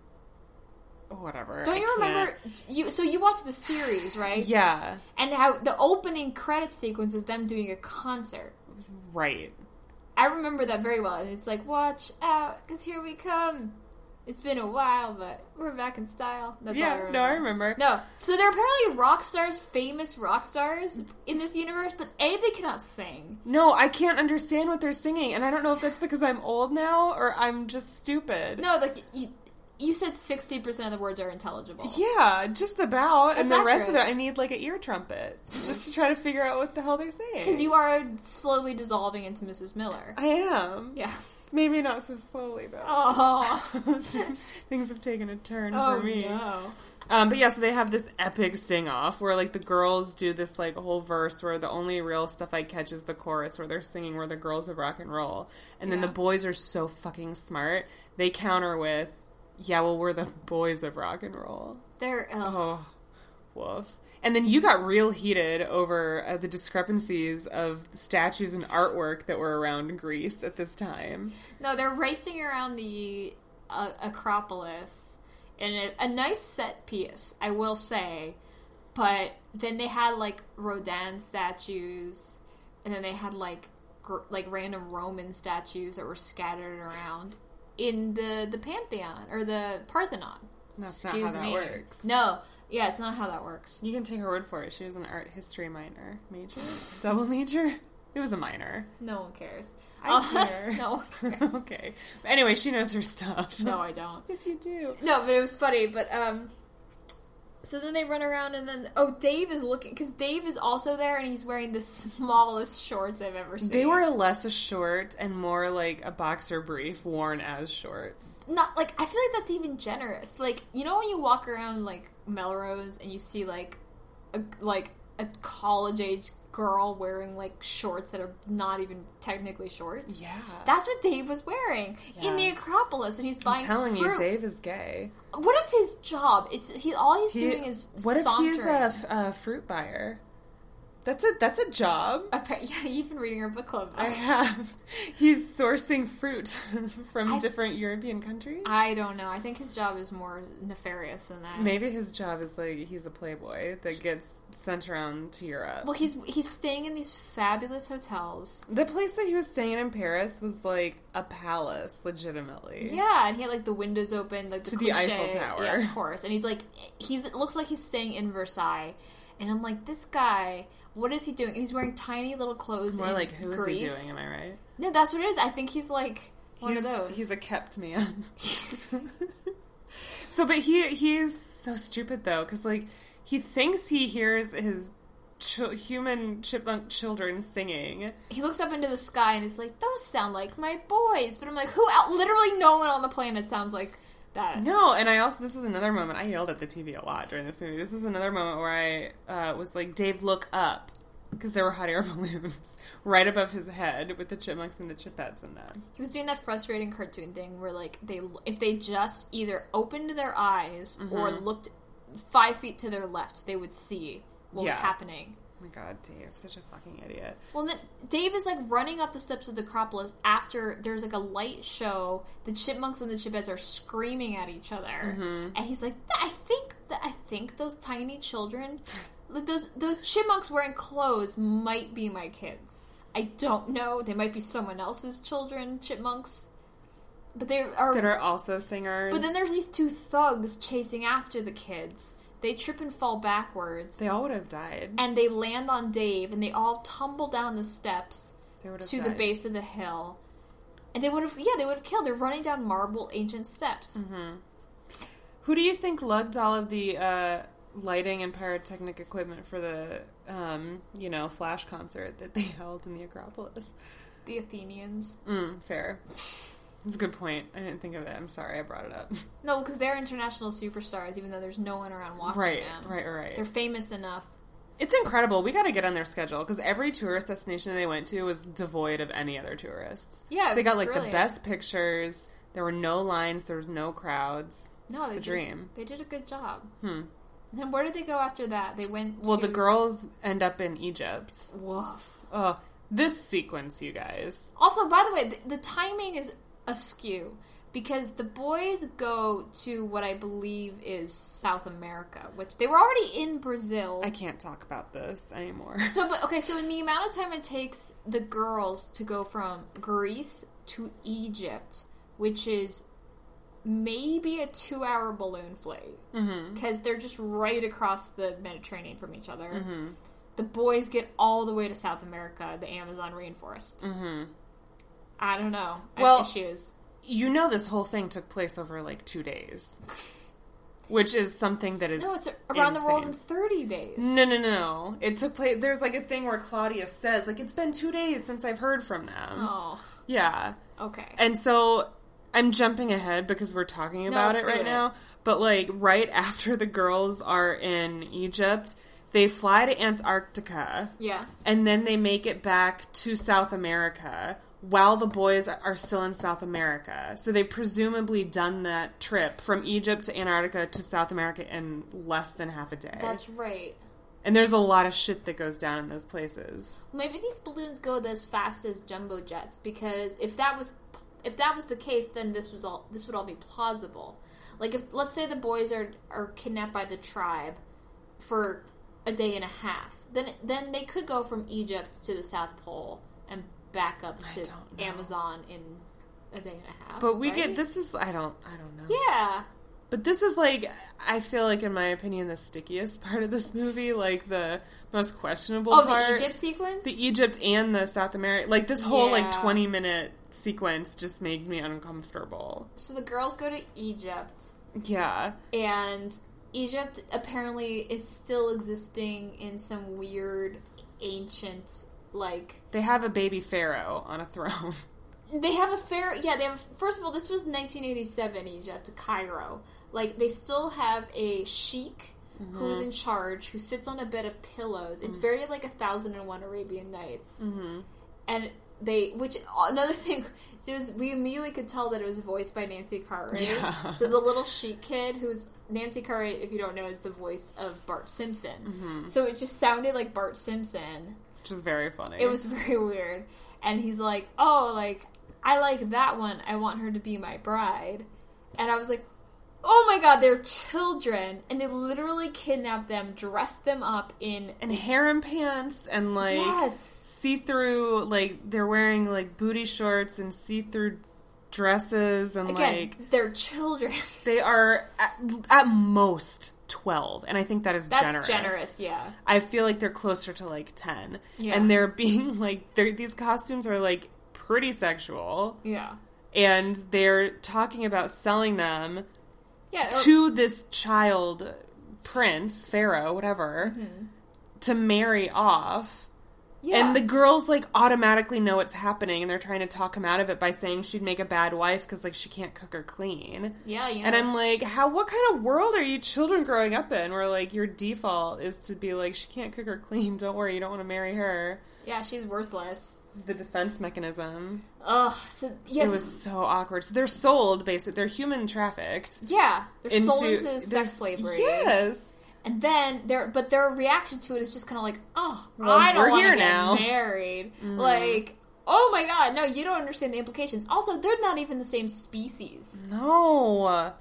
Speaker 2: whatever.
Speaker 1: Don't
Speaker 2: I
Speaker 1: you remember?
Speaker 2: can't-
Speaker 1: You so you watched the
Speaker 2: *laughs*
Speaker 1: series, right?
Speaker 2: Yeah.
Speaker 1: And how the opening credit sequence is them doing a concert.
Speaker 2: Right.
Speaker 1: I remember that very well. And it's like, watch out, because here we come. It's been a while, but we're back in style. That's all I
Speaker 2: yeah.
Speaker 1: remember.
Speaker 2: no, I remember.
Speaker 1: No, so they're apparently rock stars, famous rock stars in this universe, but A, they cannot sing.
Speaker 2: No, I can't understand what they're singing, and I don't know if that's because I'm old now or I'm just stupid.
Speaker 1: No, like, you, you said 60% of the words are intelligible.
Speaker 2: Yeah, just about. and the
Speaker 1: That's
Speaker 2: rest of it,
Speaker 1: accurate.
Speaker 2: I need like an ear trumpet just to try to figure out what the hell they're saying.
Speaker 1: Because you are slowly dissolving into Mrs. Miller.
Speaker 2: I am. *laughs*
Speaker 1: Yeah.
Speaker 2: Maybe not so slowly, though.
Speaker 1: Oh.
Speaker 2: *laughs* Things have taken a turn
Speaker 1: Oh,
Speaker 2: for me.
Speaker 1: no.
Speaker 2: Um, but yeah, so they have this epic sing off where like the girls do this like whole verse where the only real stuff I catch is the chorus where they're singing where the girls of rock and roll. And then
Speaker 1: Yeah.
Speaker 2: the boys are so fucking smart. They counter with, yeah, well, we're the boys of rock and roll.
Speaker 1: They're, oh.
Speaker 2: Oh, woof. And then you got real heated over uh, the discrepancies of statues and artwork that were around Greece at this time.
Speaker 1: No, they're racing around the uh, Acropolis in a, a nice set piece, I will say. But then they had like Rodin statues, and then they had like gr- like random Roman statues that were scattered around in the the Pantheon or the Parthenon.
Speaker 2: That's not how that works.
Speaker 1: No, yeah, it's not how that works.
Speaker 2: You can take her word for it. She was an art history minor. Major? Double major? It was a minor.
Speaker 1: No one cares.
Speaker 2: I
Speaker 1: Uh,
Speaker 2: care.
Speaker 1: *laughs* no
Speaker 2: *laughs*
Speaker 1: one cares.
Speaker 2: okay. But anyway, she knows her stuff.
Speaker 1: No, I don't.
Speaker 2: *laughs* Yes, you do.
Speaker 1: No, but it was funny. But um, so then they run around, and then oh, Dave is looking because Dave is also there, and he's wearing the *laughs* smallest shorts I've ever seen.
Speaker 2: They were less a short and more like a boxer brief worn as shorts.
Speaker 1: not like I feel like that's even generous. Like you know when you walk around like Melrose and you see like a like a college age girl wearing like shorts that are not even technically shorts.
Speaker 2: Yeah.
Speaker 1: That's what Dave was wearing in the
Speaker 2: Yeah.
Speaker 1: Acropolis, and he's buying.
Speaker 2: I'm telling
Speaker 1: fruit.
Speaker 2: you, Dave is gay.
Speaker 1: What is his job? It's he. All he's
Speaker 2: He-
Speaker 1: doing is
Speaker 2: what if
Speaker 1: sauntering.
Speaker 2: he's a, f- a fruit buyer? That's a that's a job.
Speaker 1: Appa- *laughs* Yeah, you've been reading her book club.
Speaker 2: I
Speaker 1: I,
Speaker 2: have. He's sourcing fruit *laughs* from
Speaker 1: I-
Speaker 2: different European countries.
Speaker 1: don't know. I think his job is more nefarious than that.
Speaker 2: Maybe his job is like he's a playboy that gets sent around to Europe.
Speaker 1: Well, he's he's staying in these fabulous hotels.
Speaker 2: the place that he was staying in in Paris was like a palace, legitimately.
Speaker 1: Yeah, and he had like the windows open, like the
Speaker 2: To the Eiffel
Speaker 1: cliche-
Speaker 2: Tower.
Speaker 1: Yeah, of course. And he's like, he's it looks like he's staying in Versailles. And I'm like, this guy, what is he doing? And he's wearing tiny little clothes.
Speaker 2: More
Speaker 1: in
Speaker 2: like who is
Speaker 1: Greece.
Speaker 2: he doing? Am I right?
Speaker 1: No, that's what it is. I think he's like one
Speaker 2: he's,
Speaker 1: of those.
Speaker 2: He's a kept man. *laughs*
Speaker 1: *laughs*
Speaker 2: so, but he he is so stupid though, because like he thinks he hears his chil- human chipmunk children singing.
Speaker 1: he looks up into the sky and is like, those sound like my boys. But I'm like, who? Out- Literally, no one on the planet sounds like that.
Speaker 2: No, and I also this is another moment I yelled at the TV a lot during this movie. This is another moment where I uh, was like, "Dave, look up." because there were hot air *laughs* balloons right above his head with the chipmunks and the chipettes in them.
Speaker 1: He was doing that frustrating cartoon thing where, like, they if they just either opened their eyes or
Speaker 2: Mm-hmm.
Speaker 1: looked five feet to their left, they would see what was
Speaker 2: Yeah.
Speaker 1: happening.
Speaker 2: Oh my god, Dave, such a fucking idiot.
Speaker 1: Well, then Dave is like running up the steps of the Acropolis after there's like a light show. The chipmunks and the chipettes are screaming at each other, and he's like, "Th- "I think that I think those tiny children, like those those chipmunks wearing clothes, might be my kids. I don't know. They might be someone else's children, chipmunks, but they are
Speaker 2: That are also singers.
Speaker 1: but then there's these two thugs chasing after the kids. They trip and fall backwards,
Speaker 2: they all would have died.
Speaker 1: and they land on Dave, and they all tumble down the steps
Speaker 2: They would have
Speaker 1: to
Speaker 2: died.
Speaker 1: the base of the hill. And they would have, yeah, they would have killed. They're running down marble ancient steps.
Speaker 2: Mm-hmm. Who do you think lugged all of the uh, lighting and pyrotechnic equipment for the, um, you know, flash concert that they *laughs* held in the Acropolis?
Speaker 1: The Athenians.
Speaker 2: Mm, fair. *laughs* That's a good point. I didn't think of it. I'm sorry I brought it up.
Speaker 1: No, because they're international superstars, even though there's no one around watching
Speaker 2: Right,
Speaker 1: them.
Speaker 2: right, right.
Speaker 1: They're famous enough.
Speaker 2: It's incredible. We got to get on their schedule because every tourist destination they went to was devoid of any other tourists.
Speaker 1: Yeah,
Speaker 2: so they
Speaker 1: it
Speaker 2: got
Speaker 1: was
Speaker 2: like the
Speaker 1: brilliant.
Speaker 2: best pictures. There were no lines. There was no crowds.
Speaker 1: No,
Speaker 2: it's
Speaker 1: they
Speaker 2: the
Speaker 1: did,
Speaker 2: dream.
Speaker 1: They did a good job.
Speaker 2: Hmm.
Speaker 1: And then where did they go after that? They went.
Speaker 2: Well,
Speaker 1: to-
Speaker 2: the girls end up in Egypt.
Speaker 1: Woof.
Speaker 2: Oh, this sequence, you guys.
Speaker 1: Also, by the way, the, the timing is askew because the boys go to what I believe is South America, which they were already in Brazil.
Speaker 2: I can't talk about this anymore. *laughs*
Speaker 1: So, but okay, so in the amount of time it takes the girls to go from Greece to Egypt, which is maybe a two hour balloon flight,
Speaker 2: Mm-hmm.
Speaker 1: because they're just right across the Mediterranean from each other,
Speaker 2: Mm-hmm.
Speaker 1: the boys get all the way to South America, the Amazon rainforest.
Speaker 2: Mm-hmm.
Speaker 1: I don't know. I have
Speaker 2: Well-
Speaker 1: issues.
Speaker 2: You know, this whole thing took place over like two days, which is something that is
Speaker 1: No, it's around the world in
Speaker 2: Insane.
Speaker 1: 30 days.
Speaker 2: No, no, no. It took place. There's like a thing where Claudius says, like, it's been two days since I've heard from them.
Speaker 1: Oh,
Speaker 2: Yeah.
Speaker 1: okay.
Speaker 2: And so I'm jumping ahead because we're talking about
Speaker 1: let's do
Speaker 2: it right
Speaker 1: it.
Speaker 2: now. But like, right *laughs* after the girls are in Egypt, they fly to Antarctica
Speaker 1: Yeah.
Speaker 2: and then they make it back to South America while the boys are still in South America. So they've presumably done that trip from Egypt to Antarctica to South America in less than half a day.
Speaker 1: That's right.
Speaker 2: And there's a lot of shit that goes down in those places.
Speaker 1: Maybe these balloons go as fast as jumbo jets because if that was if that was the case, then this was all this would all be plausible. Like if let's say the boys are are kidnapped by the tribe for a day and a half, then then they could go from Egypt to the South Pole and back up to
Speaker 2: don't know.
Speaker 1: Amazon in a day and a half.
Speaker 2: But we
Speaker 1: right?
Speaker 2: get this is I don't I don't know.
Speaker 1: Yeah.
Speaker 2: But this is like I feel like in my opinion the stickiest *laughs* part of this movie, like the most questionable
Speaker 1: Oh,
Speaker 2: part.
Speaker 1: the Egypt sequence.
Speaker 2: the E Egypt and the South America like this whole like
Speaker 1: Yeah.
Speaker 2: 20 minute sequence just made me uncomfortable.
Speaker 1: so the girls go to Egypt.
Speaker 2: Yeah.
Speaker 1: and Egypt apparently is still existing in some weird ancient like
Speaker 2: They have a baby pharaoh on a throne. *laughs*
Speaker 1: they have a fair yeah they have first of all this was 1987 Egypt Cairo like they still have a sheik who's in charge who sits on a bed of pillows it's very like a thousand and one Arabian Nights
Speaker 2: Mhm.
Speaker 1: and they which another *laughs* thing it was we immediately could tell that it was voiced by Nancy Cartwright
Speaker 2: Yeah.
Speaker 1: so the little sheik kid who's Nancy Cartwright if you don't know is the voice of Bart Simpson
Speaker 2: Mm-hmm.
Speaker 1: so it just sounded like Bart Simpson
Speaker 2: Which is very funny.
Speaker 1: it was *laughs* very weird. And he's like, "Oh, like I like that one. I want her to be my bride." And I was like, "Oh my god, they're children!" And they literally kidnapped them, dressed them up in
Speaker 2: and harem pants and like
Speaker 1: yes,
Speaker 2: see through like they're wearing like booty shorts and see through dresses and
Speaker 1: again,
Speaker 2: like
Speaker 1: they're children. *laughs*
Speaker 2: they are at, at most 12 and i think that is
Speaker 1: That's
Speaker 2: generous
Speaker 1: generous. yeah.
Speaker 2: i feel like they're closer to like 10
Speaker 1: Yeah.
Speaker 2: and they're being *laughs* like they're, these costumes are like pretty sexual
Speaker 1: Yeah.
Speaker 2: and they're talking about selling them
Speaker 1: Yeah. oh,
Speaker 2: to this child prince pharaoh whatever to marry off
Speaker 1: Mm-hmm. Yeah.
Speaker 2: And the girls like automatically know what's happening, and they're trying to talk him out of it by saying she'd make a bad wife because like she can't cook or clean.
Speaker 1: yeah, you know.
Speaker 2: And I'm like, how? What kind of world are you children growing up in? Where like your default is to be like, she can't cook or clean. Don't worry, you don't want to marry her.
Speaker 1: yeah, she's worthless.
Speaker 2: This is the defense mechanism.
Speaker 1: Ugh. So yes,
Speaker 2: It was so awkward. So they're sold, basically. They're human trafficked.
Speaker 1: yeah, they're sold
Speaker 2: into-
Speaker 1: into
Speaker 2: they're-
Speaker 1: sex slavery.
Speaker 2: Yes.
Speaker 1: And then their but their reaction to it is just kind of like, oh,
Speaker 2: Well,
Speaker 1: I
Speaker 2: we're
Speaker 1: don't want
Speaker 2: here
Speaker 1: to get
Speaker 2: now." Mm.
Speaker 1: married. Like, oh my god, no, you don't understand the implications. Also, they're not even the same species.
Speaker 2: No.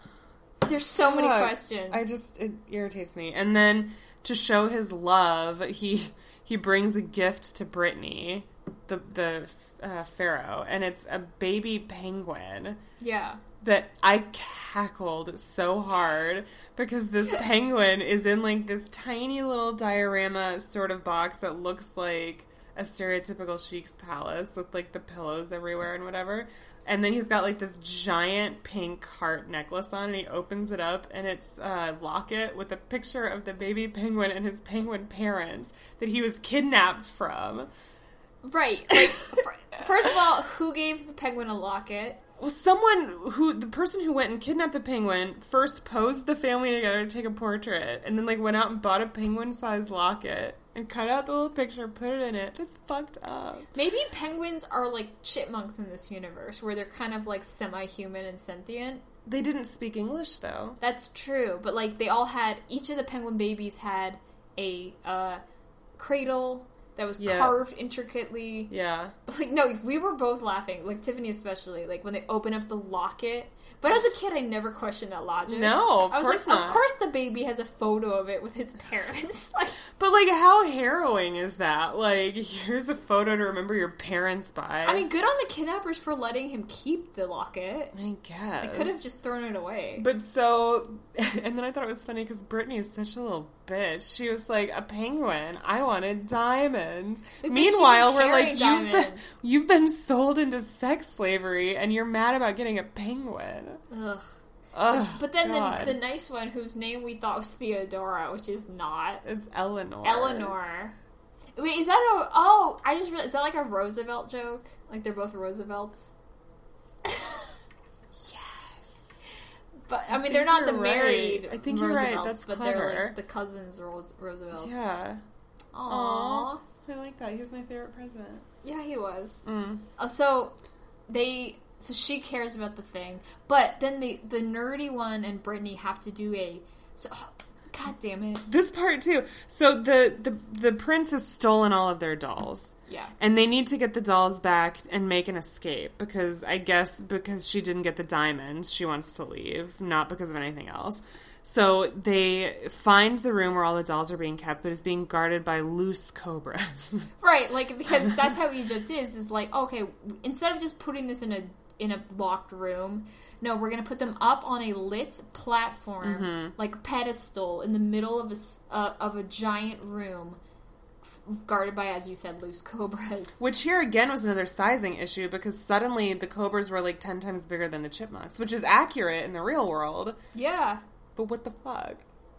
Speaker 1: There's so many
Speaker 2: Fuck.
Speaker 1: questions.
Speaker 2: I just it irritates me. And then to show his love, he he brings a gift to Brittany, the the uh, pharaoh, and it's a baby penguin
Speaker 1: yeah,
Speaker 2: that I cackled so hard because this penguin is in like this tiny little diorama sort of box that looks like a stereotypical chic's palace with like the pillows everywhere and whatever. And then he's got like this giant pink heart necklace on, and he opens it up, and it's a locket with a picture of the baby penguin and his penguin parents that he was kidnapped from.
Speaker 1: right. Like, fir- *laughs* first of all, who gave the penguin a locket?
Speaker 2: Well, someone who the person who went and kidnapped the penguin first posed the family together to take a portrait, and then like went out and bought a penguin-sized locket and cut out the little picture, put it in it. That's fucked up.
Speaker 1: Maybe penguins are like chipmunks in this universe, where they're kind of like semi-human and sentient.
Speaker 2: They didn't speak English though.
Speaker 1: That's true, but like they all had each of the penguin babies had a uh, cradle that was
Speaker 2: Yeah.
Speaker 1: carved intricately.
Speaker 2: Yeah,
Speaker 1: Like no, we were both laughing. Like Tiffany especially. Like when they open up the locket. But as a kid, I never questioned that logic.
Speaker 2: No, of
Speaker 1: I was
Speaker 2: course
Speaker 1: like,
Speaker 2: not.
Speaker 1: of course the baby has a photo of it with his parents. *laughs* like,
Speaker 2: but like, how harrowing is that? Like, *laughs* here's a photo to remember your parents by.
Speaker 1: I mean, good on the kidnappers for letting him keep the locket.
Speaker 2: I guess
Speaker 1: They could have just thrown it away.
Speaker 2: But so, *laughs* and then I thought it was funny because Brittany is such a little bitch. She was like, "A penguin. I wanted diamonds."
Speaker 1: Like, bitch,
Speaker 2: Meanwhile,
Speaker 1: you
Speaker 2: we're
Speaker 1: can carry
Speaker 2: like, "You've been
Speaker 1: diamonds."
Speaker 2: *laughs* you've been sold into sex slavery, and you're mad about getting a penguin."
Speaker 1: Ugh.
Speaker 2: Ugh,
Speaker 1: But then
Speaker 2: God.
Speaker 1: the, the nice one, whose name we thought was Theodora, which is not
Speaker 2: it's Eleanor.
Speaker 1: Eleanor. Wait, is that a? Oh, I just realized, is that like a Roosevelt joke? Like they're both Roosevelts. *laughs*
Speaker 2: Yes.
Speaker 1: But I mean,
Speaker 2: think
Speaker 1: they're not the
Speaker 2: you're right.
Speaker 1: married.
Speaker 2: I think you're right.
Speaker 1: Roosevelts,
Speaker 2: That's
Speaker 1: but they're
Speaker 2: clever.
Speaker 1: like the cousins Ro- Roosevelts.
Speaker 2: Yeah.
Speaker 1: Aww.
Speaker 2: I like that. He was my favorite president.
Speaker 1: Yeah, he was.
Speaker 2: Mm.
Speaker 1: Oh, so they. So she cares about the thing, but then the the nerdy one and Brittany have to do a. So, *gasps* God damn it!
Speaker 2: This part too. So the, the the prince has stolen all of their dolls.
Speaker 1: Yeah.
Speaker 2: and they need to get the dolls back and make an escape because I guess because she didn't get the diamonds, she wants to leave, not because of anything else. So they find the room where all the dolls are being kept, but it's being guarded by loose cobras. *laughs*
Speaker 1: Right, like because that's how Egypt is. Is like okay, instead of just putting this in a in a locked room, no, we're gonna put them up on a lit platform, like pedestal, in the middle of a s- uh, of a giant room, f- guarded by, as you said, loose cobras.
Speaker 2: which here again was another sizing issue because suddenly the cobras were like 10 times bigger than the chipmunks, which is accurate in the real world,
Speaker 1: Yeah,
Speaker 2: but what the fuck?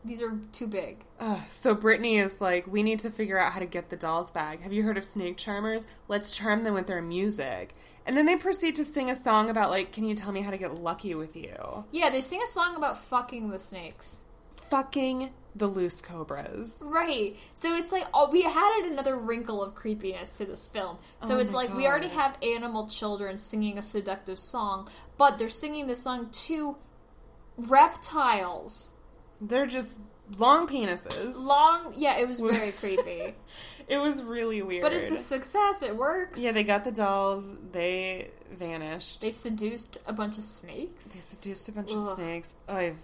Speaker 1: these are too big.
Speaker 2: Ugh, so Brittany is like, we need to figure out how to get the dolls back. Have you heard of snake charmers? Let's charm them with their music. And then they proceed to sing a song about like, can you tell me how to get lucky with you?
Speaker 1: Yeah, they sing a song about fucking the snakes.
Speaker 2: Fucking the loose cobras.
Speaker 1: Right. So it's like oh, we added another wrinkle of creepiness to this film. So
Speaker 2: Oh
Speaker 1: it's
Speaker 2: my
Speaker 1: like we
Speaker 2: God.
Speaker 1: already have animal children singing a seductive song, but they're singing this song to reptiles.
Speaker 2: They're just long penises.
Speaker 1: Long, yeah, it was
Speaker 2: *laughs*
Speaker 1: very creepy.
Speaker 2: It was really weird.
Speaker 1: But it's a success. It works.
Speaker 2: yeah, they got the dolls. They vanished.
Speaker 1: they seduced a bunch of snakes.
Speaker 2: *laughs* They seduced a bunch of
Speaker 1: Ugh.
Speaker 2: snakes. I've,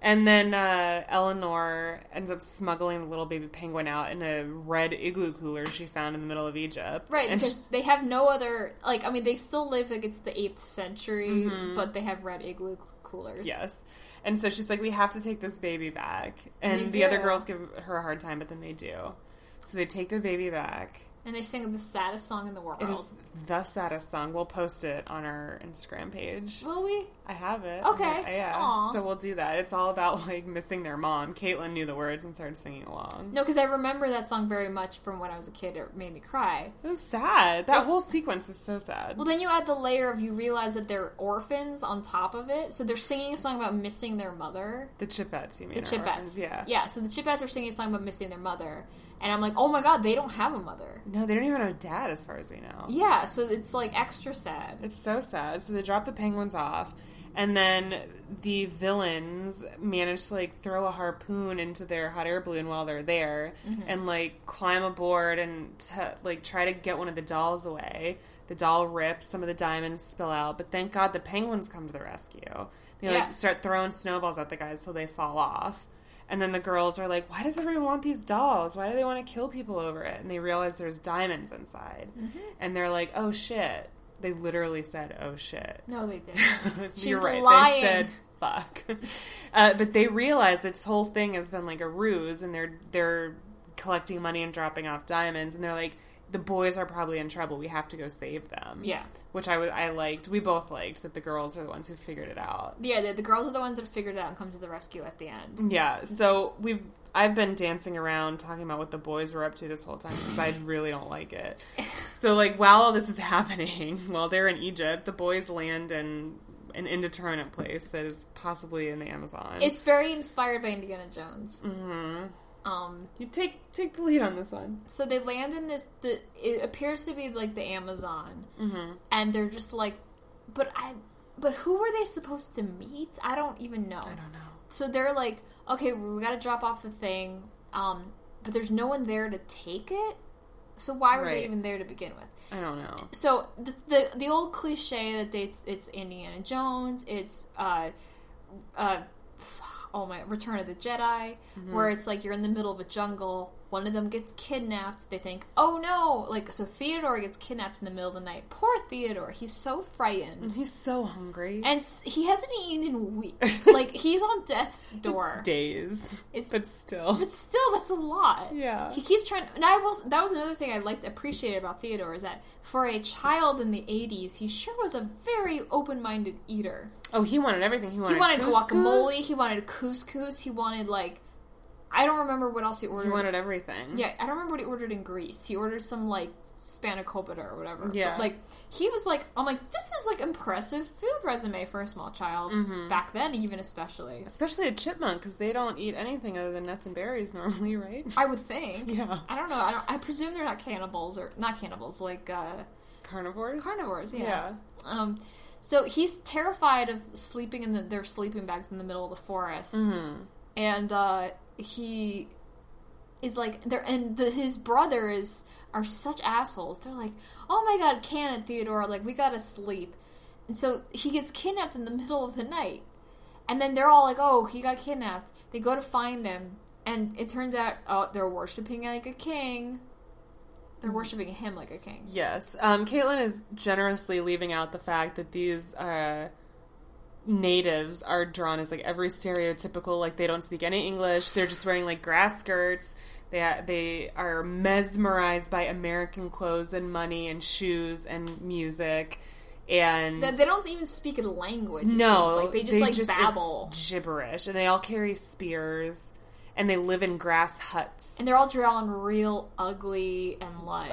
Speaker 2: and then uh, Eleanor ends up smuggling the little baby penguin out in a red igloo cooler she found in the middle of Egypt.
Speaker 1: Right,
Speaker 2: And
Speaker 1: because they have no other like I mean they still live like it's the 8th century,
Speaker 2: Mhm.
Speaker 1: but they have red igloo coolers.
Speaker 2: Yes. And so she's like, we have to take this baby back.
Speaker 1: They
Speaker 2: And the other
Speaker 1: do.
Speaker 2: girls give her a hard time, but then they do. So they take the baby back.
Speaker 1: and they sing the saddest song in the world.
Speaker 2: It is the saddest song. We'll post it on our Instagram page.
Speaker 1: Will we?
Speaker 2: I have it.
Speaker 1: Okay.
Speaker 2: yeah.
Speaker 1: Aw.
Speaker 2: So we'll do that. It's all about like missing their mom. Caitlin knew the words and started singing along.
Speaker 1: No, because I remember that song very much from when I was a kid. It made me cry.
Speaker 2: It was sad. That whole sequence is so sad.
Speaker 1: Well, then you add the layer of you realize that they're orphans on top of it. So they're singing a song about missing their mother.
Speaker 2: the Chipettes, you mean?
Speaker 1: The
Speaker 2: are orphans,
Speaker 1: Chipettes.
Speaker 2: Yeah.
Speaker 1: Yeah, so the Chipettes are singing a song about missing their mother. And I'm like, oh my god, they don't have a mother.
Speaker 2: No, they don't even have a dad, as far as we know.
Speaker 1: Yeah, so it's like extra sad.
Speaker 2: It's so sad. So they drop the penguins off, and then the villains manage to like throw a harpoon into their hot air balloon while they're there,
Speaker 1: Mm-hmm.
Speaker 2: and like climb aboard and t- like try to get one of the dolls away. The doll rips, some of the diamonds spill out, but thank God the penguins come to the rescue. They
Speaker 1: Yeah.
Speaker 2: like start throwing snowballs at the guys till they fall off. And then the girls are like, "Why does everyone want these dolls? Why do they want to kill people over it?" And they realize there's diamonds inside,
Speaker 1: Mm-hmm.
Speaker 2: and they're like, "Oh shit!" They literally said, "Oh shit." *laughs*
Speaker 1: No, they didn't. She's
Speaker 2: You're right.
Speaker 1: lying.
Speaker 2: They said, "Fuck." *laughs* Uh, but they realize this whole thing has been like a ruse, and they're they're collecting money and dropping off diamonds, and they're like, "The boys are probably in trouble. We have to go save them."
Speaker 1: yeah.
Speaker 2: which I was I liked. We both liked that the girls are the ones who figured it out.
Speaker 1: Yeah, the, the girls are the ones that figured it out and come to the rescue at the end.
Speaker 2: Yeah, so we've I've been dancing around talking about what the boys were up to this whole time because
Speaker 1: *laughs*
Speaker 2: I really don't like it. So like while all this is *laughs* happening, while they're in Egypt, the boys land in an indeterminate place that is possibly in the Amazon.
Speaker 1: It's very inspired by Indiana Jones.
Speaker 2: hmm
Speaker 1: Um,
Speaker 2: You take take the lead on this one.
Speaker 1: so they land in this. The, it appears to be like the Amazon,
Speaker 2: Mm-hmm.
Speaker 1: and they're just like, but I, but who were they supposed to meet? I don't even know.
Speaker 2: I don't know.
Speaker 1: So they're like, okay, we got to drop off the thing, um, but there's no one there to take it. So why were
Speaker 2: Right.
Speaker 1: they even there to begin with?
Speaker 2: I don't know.
Speaker 1: so the, the the old cliche that dates it's Indiana Jones, it's uh, uh, oh my, Return of the Jedi, where it's like you're in the middle of a jungle, one of them gets kidnapped, they think, oh no, like so Theodore gets kidnapped in the middle of the night. Poor Theodore, he's so frightened.
Speaker 2: He's so hungry.
Speaker 1: And s- he hasn't eaten in weeks. like he's on death's door.
Speaker 2: It's days.
Speaker 1: It's-
Speaker 2: but still.
Speaker 1: But still, that's a lot.
Speaker 2: Yeah.
Speaker 1: He keeps trying. And I will. That was another thing I liked, appreciated about Theodore is that for a child in the '80s, he sure was a very open-minded eater.
Speaker 2: Oh, he wanted everything. He wanted,
Speaker 1: He wanted
Speaker 2: couscous.
Speaker 1: guacamole. He wanted couscous. He wanted like, I don't remember what else he ordered.
Speaker 2: He wanted everything.
Speaker 1: yeah, I don't remember what he ordered in Greece. He ordered some like spanakopita or whatever. But,
Speaker 2: Yeah.
Speaker 1: like he was like, I'm like, this is like impressive food resume for a small child
Speaker 2: Mm-hmm.
Speaker 1: back then, even especially.
Speaker 2: Especially a chipmunk, because they don't eat anything other than nuts and berries *laughs* normally, right?
Speaker 1: I would think.
Speaker 2: Yeah.
Speaker 1: I don't know. I, don't, I presume they're not cannibals or not cannibals, like uh,
Speaker 2: Carnivores?
Speaker 1: carnivores. Yeah.
Speaker 2: Yeah.
Speaker 1: Um, so he's terrified of sleeping in the, their sleeping bags in the middle of the forest,
Speaker 2: Mhm.
Speaker 1: and uh, he is like there. And the, his brothers are such assholes. They're like, "Oh my god, Can and Theodore, like we gotta sleep." And so he gets kidnapped in the middle of the night, and then they're all like, "Oh, he got kidnapped." They go to find him, and it turns out uh, they're worshiping like a king. They're worshiping him like a king.
Speaker 2: Yes. Um, Caitlin is generously leaving out the fact that these uh, natives are drawn as like every stereotypical, like they don't speak any English, they're just wearing like grass skirts. They, ha- they are mesmerized by American clothes and money and shoes and music. And
Speaker 1: They, they don't even speak a language. it
Speaker 2: No,
Speaker 1: seems like they just like
Speaker 2: it's
Speaker 1: babble,
Speaker 2: gibberish, and they all carry spears, and they live in grass huts.
Speaker 1: and they're all drawn real ugly and like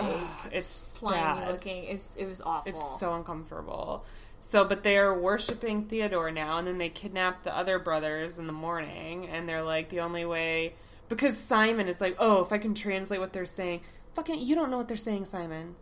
Speaker 2: It's
Speaker 1: slimy
Speaker 2: bad.
Speaker 1: looking. It's, it was awful.
Speaker 2: It's so uncomfortable. So, but they are worshiping Theodore now, and then they kidnap the other brothers in the morning, and they're like, the only way because Simon is like, oh, if I can translate what they're saying, fucking, you don't know what they're saying, Simon.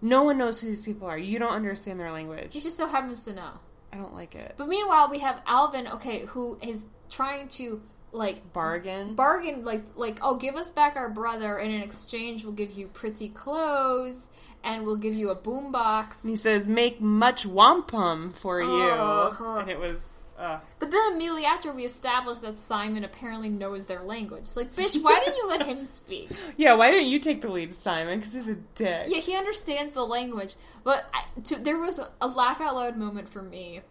Speaker 2: No one knows who these people are. You don't understand their language.
Speaker 1: he just so happens to know.
Speaker 2: I don't like it.
Speaker 1: But meanwhile, we have Alvin, okay, who is trying to like
Speaker 2: Bargain.
Speaker 1: bargain, like like oh, give us back our brother, and in exchange, we'll give you pretty clothes, and we'll give you a boombox.
Speaker 2: And he says, "Make much wampum for you,"
Speaker 1: Uh-huh.
Speaker 2: and it was. Uh,
Speaker 1: But then immediately after, we establish that Simon apparently knows their language. It's like, bitch, why didn't you let him speak?
Speaker 2: yeah, why didn't you take the lead, Simon? Because he's a dick.
Speaker 1: Yeah, he understands the language, but I, to, there was a, a laugh out loud moment for me.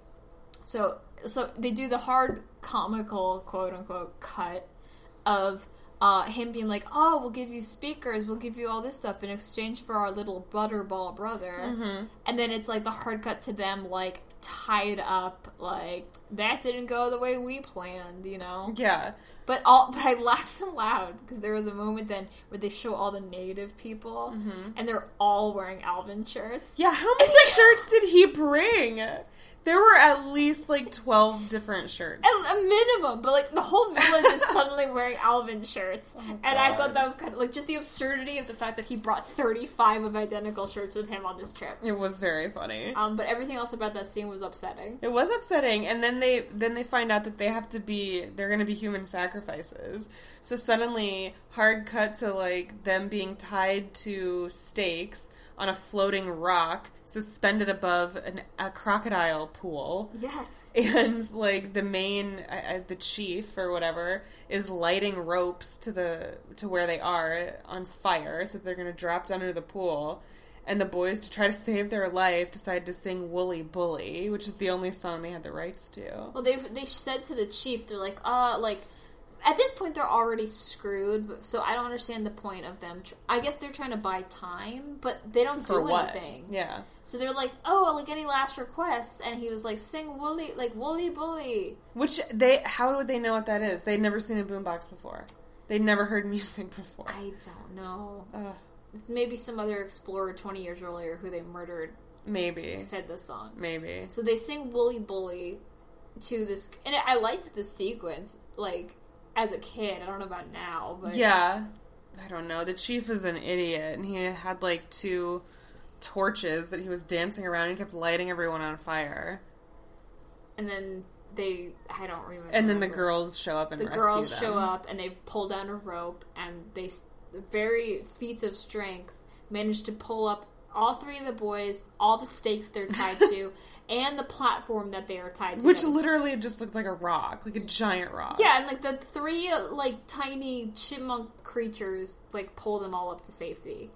Speaker 1: So, so they do the hard comical quote unquote cut of uh, him being like, "Oh, we'll give you speakers, we'll give you all this stuff in exchange for our little butterball brother," and then it's like the hard cut to them like tied up, like that didn't go the way we planned, you know.
Speaker 2: Yeah.
Speaker 1: But all, *laughs* but I laughed aloud because there was a moment then where they show all the negative people, and they're all wearing Alvin shirts.
Speaker 2: Yeah, how many
Speaker 1: like-
Speaker 2: shirts did he bring? There were at least like 12 different shirts.
Speaker 1: A, a minimum, but like the whole village is suddenly wearing Alvin shirts, and I thought
Speaker 2: God.
Speaker 1: that was kind of like just the absurdity of the fact that he brought thirty-five of identical shirts with him on this trip.
Speaker 2: It was very funny.
Speaker 1: Um, but everything else about that scene was upsetting.
Speaker 2: It was upsetting, and then they then they find out that they have to be they're going to be human sacrifices. So suddenly, hard cut to like them being tied to stakes on a floating rock, suspended above an, a crocodile pool,
Speaker 1: Yes,
Speaker 2: and like the main uh, uh, the chief or whatever is lighting ropes to the to where they are on fire, so they're going to drop down into the pool. And the boys, to try to save their life, decide to sing "Wooly Bully," which is the only song they had the rights to.
Speaker 1: well they they said to the chief, they're like, uh, like at this point they're already screwed, but, so I don't understand the point of them. Tr- I guess they're trying to buy time, but they don't
Speaker 2: For
Speaker 1: do
Speaker 2: what?
Speaker 1: anything.
Speaker 2: Yeah,
Speaker 1: So they're like, oh, like any last requests, and he was like, sing Wooly, like Wooly Bully.
Speaker 2: which they how would they know what that is? They'd never seen a boombox before. They'd never heard music *laughs* before.
Speaker 1: I don't know.
Speaker 2: Ugh,
Speaker 1: Maybe some other explorer 20 years earlier who they murdered
Speaker 2: maybe,
Speaker 1: said this song.
Speaker 2: maybe.
Speaker 1: So they sing Wooly Bully to this. And I liked the sequence, like, as a kid. I don't know about now, but.
Speaker 2: Yeah. I don't know. The chief is an idiot, and he had like two torches that he was dancing around and kept lighting everyone on fire.
Speaker 1: And then they. I don't remember.
Speaker 2: And then the girls show up and
Speaker 1: The
Speaker 2: rescue
Speaker 1: girls
Speaker 2: them.
Speaker 1: show up and they pull down a rope and they, s- very feats of strength, manage to pull up all three of the boys, all the stakes they're tied
Speaker 2: *laughs*
Speaker 1: to, and the platform that they are tied to.
Speaker 2: which
Speaker 1: that is-
Speaker 2: literally just looked like a rock, like a giant rock.
Speaker 1: *laughs* Yeah, and like the three uh, like tiny chipmunk creatures like pull them all up to safety.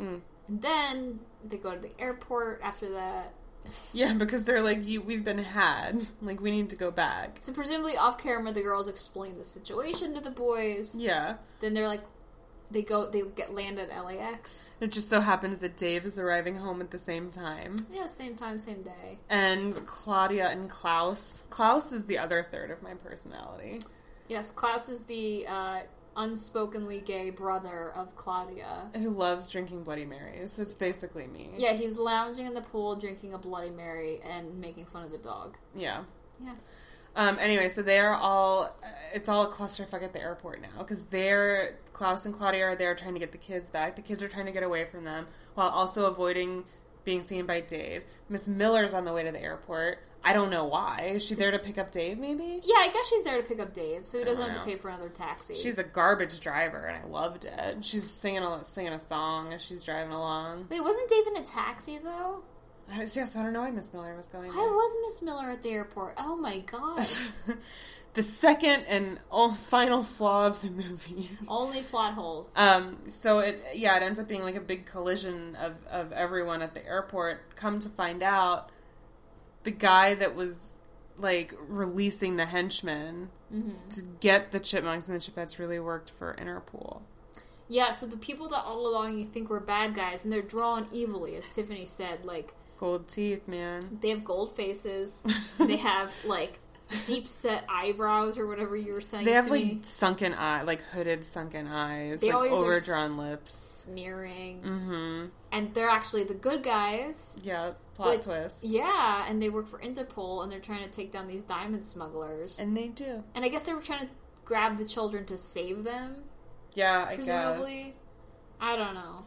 Speaker 2: Mm.
Speaker 1: And then they go to the airport after that.
Speaker 2: *laughs* yeah, because they're like, you, we've been had. Like we need to go back.
Speaker 1: So presumably off camera the girls explain the situation to the boys.
Speaker 2: Yeah,
Speaker 1: Then they're like they go they get land at LAX.
Speaker 2: it just so happens that Dave is arriving home at the same time,
Speaker 1: Yeah, same time, same day.
Speaker 2: and Claudia and Klaus. Klaus is the other third of my personality.
Speaker 1: Yes, Klaus is the uh unspokenly gay brother of Claudia.
Speaker 2: who loves drinking Bloody Marys. It's basically me.
Speaker 1: Yeah, he was lounging in the pool drinking a Bloody Mary and making fun of the dog.
Speaker 2: Yeah.
Speaker 1: Yeah.
Speaker 2: Um, anyway, so they're all, it's all a clusterfuck at the airport now because they're, Klaus and Claudia are there trying to get the kids back. The kids are trying to get away from them while also avoiding being seen by Dave. Miss Miller's on the way to the airport. I don't know why. Is she there to pick up Dave, maybe?
Speaker 1: Yeah, I guess she's there to pick up Dave, so he doesn't
Speaker 2: don't
Speaker 1: have to
Speaker 2: know.
Speaker 1: pay for another taxi.
Speaker 2: She's a garbage driver, and I loved it. She's singing a, singing a song as she's driving along.
Speaker 1: Wait, wasn't Dave in a taxi though?
Speaker 2: I don't, yes, I don't know why Miss Miller was going.
Speaker 1: Why
Speaker 2: there.
Speaker 1: was Miss Miller at the airport? Oh my *laughs* god!
Speaker 2: *laughs* the second and all final flaw of the movie.
Speaker 1: Only plot holes.
Speaker 2: Um, so it yeah, it ends up being like a big collision of, of everyone at the airport. Come to find out, the guy that was like releasing the henchmen
Speaker 1: Mm-hmm.
Speaker 2: to get the chipmunks and the chipettes really worked for Interpol.
Speaker 1: yeah, so the people that all along you think were bad guys, and they're drawn evilly, as Tiffany said. Like
Speaker 2: Gold teeth, man.
Speaker 1: they have gold
Speaker 2: *laughs*
Speaker 1: faces, *laughs* they have like deep set eyebrows or whatever you were saying.
Speaker 2: They have
Speaker 1: to
Speaker 2: like
Speaker 1: me.
Speaker 2: sunken eye, like hooded sunken eyes,
Speaker 1: They
Speaker 2: like
Speaker 1: always are
Speaker 2: overdrawn
Speaker 1: s-
Speaker 2: lips.
Speaker 1: sneering,
Speaker 2: Mm-hmm.
Speaker 1: and they're actually the good guys.
Speaker 2: Yeah, plot
Speaker 1: Like-
Speaker 2: twist.
Speaker 1: Yeah, and they work for Interpol, and they're trying to take down these diamond smugglers.
Speaker 2: And they do.
Speaker 1: And I guess they were trying to grab the children to save them,
Speaker 2: Yeah, I
Speaker 1: presumably.
Speaker 2: guess.
Speaker 1: I don't know.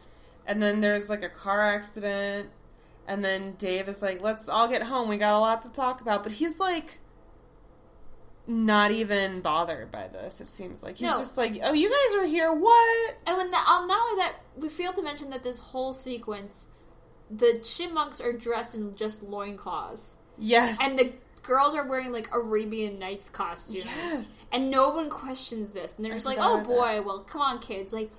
Speaker 2: And then there's like a car accident. And then Dave is like, let's all get home. We got a lot to talk about. But he's like, not even bothered by this, it seems like. He's
Speaker 1: No.
Speaker 2: just like, oh, you guys are here. What?
Speaker 1: And when the, um, not only that, we failed to mention that this whole sequence, the chipmunks are dressed in just loincloths.
Speaker 2: Yes.
Speaker 1: And the girls are wearing like Arabian Nights costumes.
Speaker 2: Yes.
Speaker 1: And no one questions this. And they're
Speaker 2: I
Speaker 1: just like,
Speaker 2: forgot
Speaker 1: oh
Speaker 2: about
Speaker 1: boy, well, come on, kids. Like,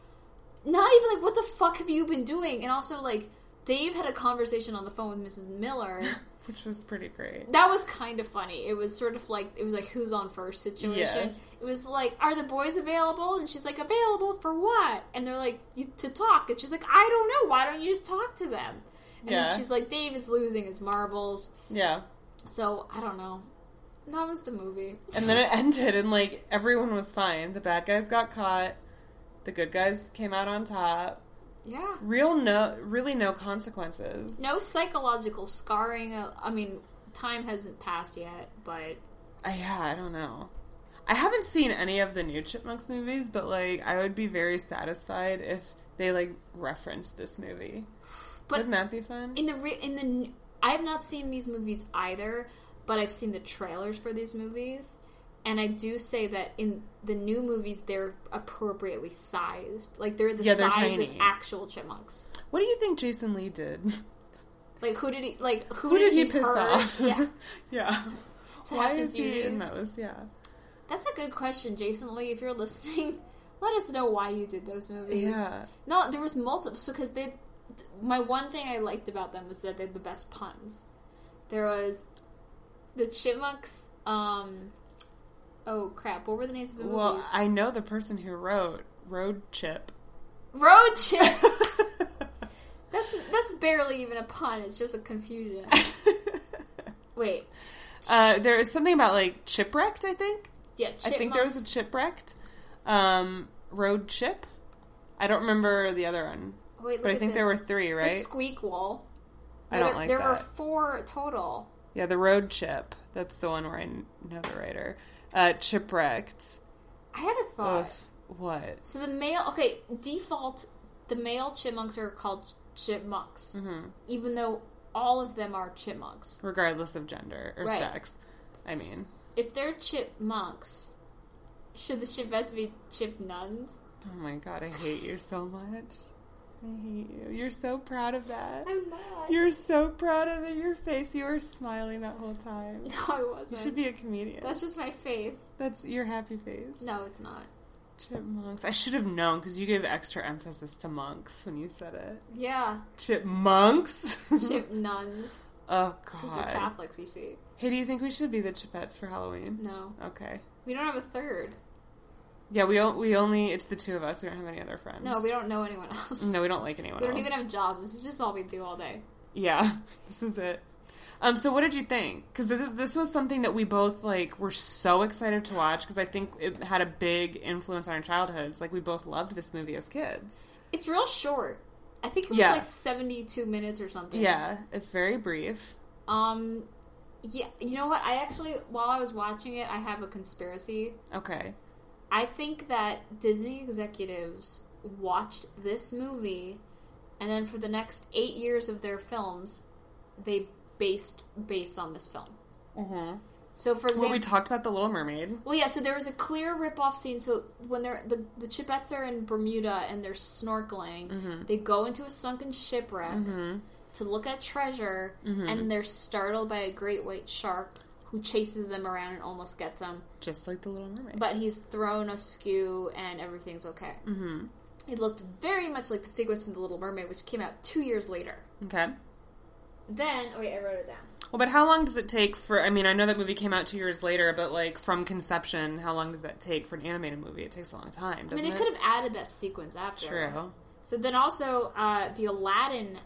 Speaker 1: not even like, what
Speaker 2: *laughs*
Speaker 1: the fuck have you been doing? And also, like, Dave had a conversation on the phone with Mrs. Miller
Speaker 2: which was pretty great.
Speaker 1: That was kind of funny. It was sort of like it was like who's on first situation.
Speaker 2: Yes.
Speaker 1: It was like, are the boys available? And she's like, available for what? And they're like, you, to talk. And she's like, I don't know. Why don't you just talk to them? And
Speaker 2: Yeah.
Speaker 1: then she's like, David's losing his marbles.
Speaker 2: Yeah.
Speaker 1: So I don't know. That was the movie.
Speaker 2: And then it *laughs* ended, and like everyone was fine. The bad guys got caught. The good guys came out on top.
Speaker 1: Yeah.
Speaker 2: Real no, really no consequences.
Speaker 1: No psychological scarring. Uh, I mean, time hasn't passed yet, but
Speaker 2: I, Uh, yeah, I don't know. I haven't seen any of the new Chipmunks movies, but like I would be very satisfied if they like referenced this movie.
Speaker 1: But-
Speaker 2: Wouldn't that be fun?
Speaker 1: in the re- in the n- I have not seen these movies either, but I've seen the trailers for these movies, and I do say that in the new movies they're appropriately sized. Like they're the
Speaker 2: Yeah, they're
Speaker 1: size of
Speaker 2: tiny.
Speaker 1: actual chipmunks.
Speaker 2: what do you think Jason
Speaker 1: *laughs*
Speaker 2: Lee did?
Speaker 1: Like who did he? Like who,
Speaker 2: Who did he, piss
Speaker 1: hurt? *laughs*
Speaker 2: off?
Speaker 1: Yeah,
Speaker 2: *laughs* yeah.
Speaker 1: to
Speaker 2: Why
Speaker 1: have to
Speaker 2: is
Speaker 1: do
Speaker 2: he
Speaker 1: these?
Speaker 2: in those? Yeah.
Speaker 1: That's a good question, Jason Lee. If you're listening, *laughs* let us know why you did those movies.
Speaker 2: Yeah.
Speaker 1: No, there was multiple. So because they, my one thing I liked about them was that they had the best puns. There was the chipmunks. Um, oh crap! What were the names of the movies?
Speaker 2: Well, I know the person who wrote Road
Speaker 1: *laughs*
Speaker 2: Chip. *laughs*
Speaker 1: Road chip. *laughs* that's that's barely even a pun. It's just a confusion. Wait,
Speaker 2: uh, there is something about like chipwrecked. I think.
Speaker 1: yeah, chipmunks.
Speaker 2: I think there was a chipwrecked. Um, road Chip. I don't remember the other one,
Speaker 1: Wait, look
Speaker 2: but I
Speaker 1: at
Speaker 2: think there were
Speaker 1: this.
Speaker 2: three,
Speaker 1: the
Speaker 2: right?
Speaker 1: squeak wall.
Speaker 2: I
Speaker 1: No,
Speaker 2: don't
Speaker 1: there,
Speaker 2: like
Speaker 1: There were
Speaker 2: that.
Speaker 1: four total.
Speaker 2: Yeah, the Road Chip. That's the one where I kn- know the writer. Uh, chipwrecked.
Speaker 1: I had a thought.
Speaker 2: Ugh, what?
Speaker 1: So the male, okay, default, the male chipmunks are called chipmunks,
Speaker 2: Mm-hmm.
Speaker 1: even though all of them are chipmunks.
Speaker 2: Regardless of gender or
Speaker 1: Right.
Speaker 2: sex. I mean,
Speaker 1: If they're chipmunks, should the chipmunks be chip nuns?
Speaker 2: oh my god, I hate you so much. I hate you. You're so proud of that.
Speaker 1: I'm not.
Speaker 2: You're so proud of it. Your face. You were smiling that whole
Speaker 1: *laughs*
Speaker 2: time.
Speaker 1: no, I
Speaker 2: You
Speaker 1: wasn't.
Speaker 2: should be a comedian.
Speaker 1: That's just my face.
Speaker 2: That's your happy face.
Speaker 1: No, it's not.
Speaker 2: Chipmunks. I should have known because you gave extra emphasis to monks when you said it. *laughs*
Speaker 1: Yeah,
Speaker 2: Chipmunks.
Speaker 1: chip nuns.
Speaker 2: *laughs* oh
Speaker 1: Because they're
Speaker 2: god.
Speaker 1: Catholics, you see.
Speaker 2: Hey, do you think we should be the Chipettes for Halloween?
Speaker 1: No.
Speaker 2: Okay.
Speaker 1: We don't have a third.
Speaker 2: Yeah, we don't. We only. It's the two of us. We don't have any other friends.
Speaker 1: No, we don't know anyone else.
Speaker 2: No, we don't like anyone
Speaker 1: *laughs* We don't
Speaker 2: else.
Speaker 1: even have jobs. This is just all we do all day.
Speaker 2: Yeah, *laughs* this is it. Um, so what did you think? Because this, this was something that we both like were so excited to watch because I think it had a big influence on our childhoods. Like we both loved this movie as kids.
Speaker 1: It's real short. I think it was
Speaker 2: Yeah.
Speaker 1: like 72 minutes or something.
Speaker 2: Yeah, it's very brief.
Speaker 1: Um, yeah, you know what? I actually, while I was watching it, I have a conspiracy.
Speaker 2: Okay.
Speaker 1: I think that Disney executives watched this movie, and then for the next eight years of their films, they based based on this film.
Speaker 2: Mm-hmm.
Speaker 1: So, for example,
Speaker 2: Well, we talked about the Little Mermaid.
Speaker 1: Well, yeah. So there was a clear rip-off scene. So when they're the the Chipettes are in Bermuda and they're snorkeling,
Speaker 2: Mm-hmm.
Speaker 1: they go into a sunken shipwreck to look at treasure,
Speaker 2: Mm-hmm.
Speaker 1: and they're startled by a great white shark who chases them around and almost gets them.
Speaker 2: Just like the Little Mermaid.
Speaker 1: But he's thrown askew, and everything's okay. Mm-hmm. It looked very much like the sequence from The Little Mermaid, which came out two years later.
Speaker 2: okay.
Speaker 1: Then, oh wait, I wrote it down.
Speaker 2: Well, but how long does it take for? I mean, I know that movie came out two years later, but like from conception, how long does that take for an animated movie? It takes a long time,
Speaker 1: I
Speaker 2: doesn't
Speaker 1: mean, they
Speaker 2: it?
Speaker 1: could have added that sequence after.
Speaker 2: True.
Speaker 1: So then also, uh, the Aladdin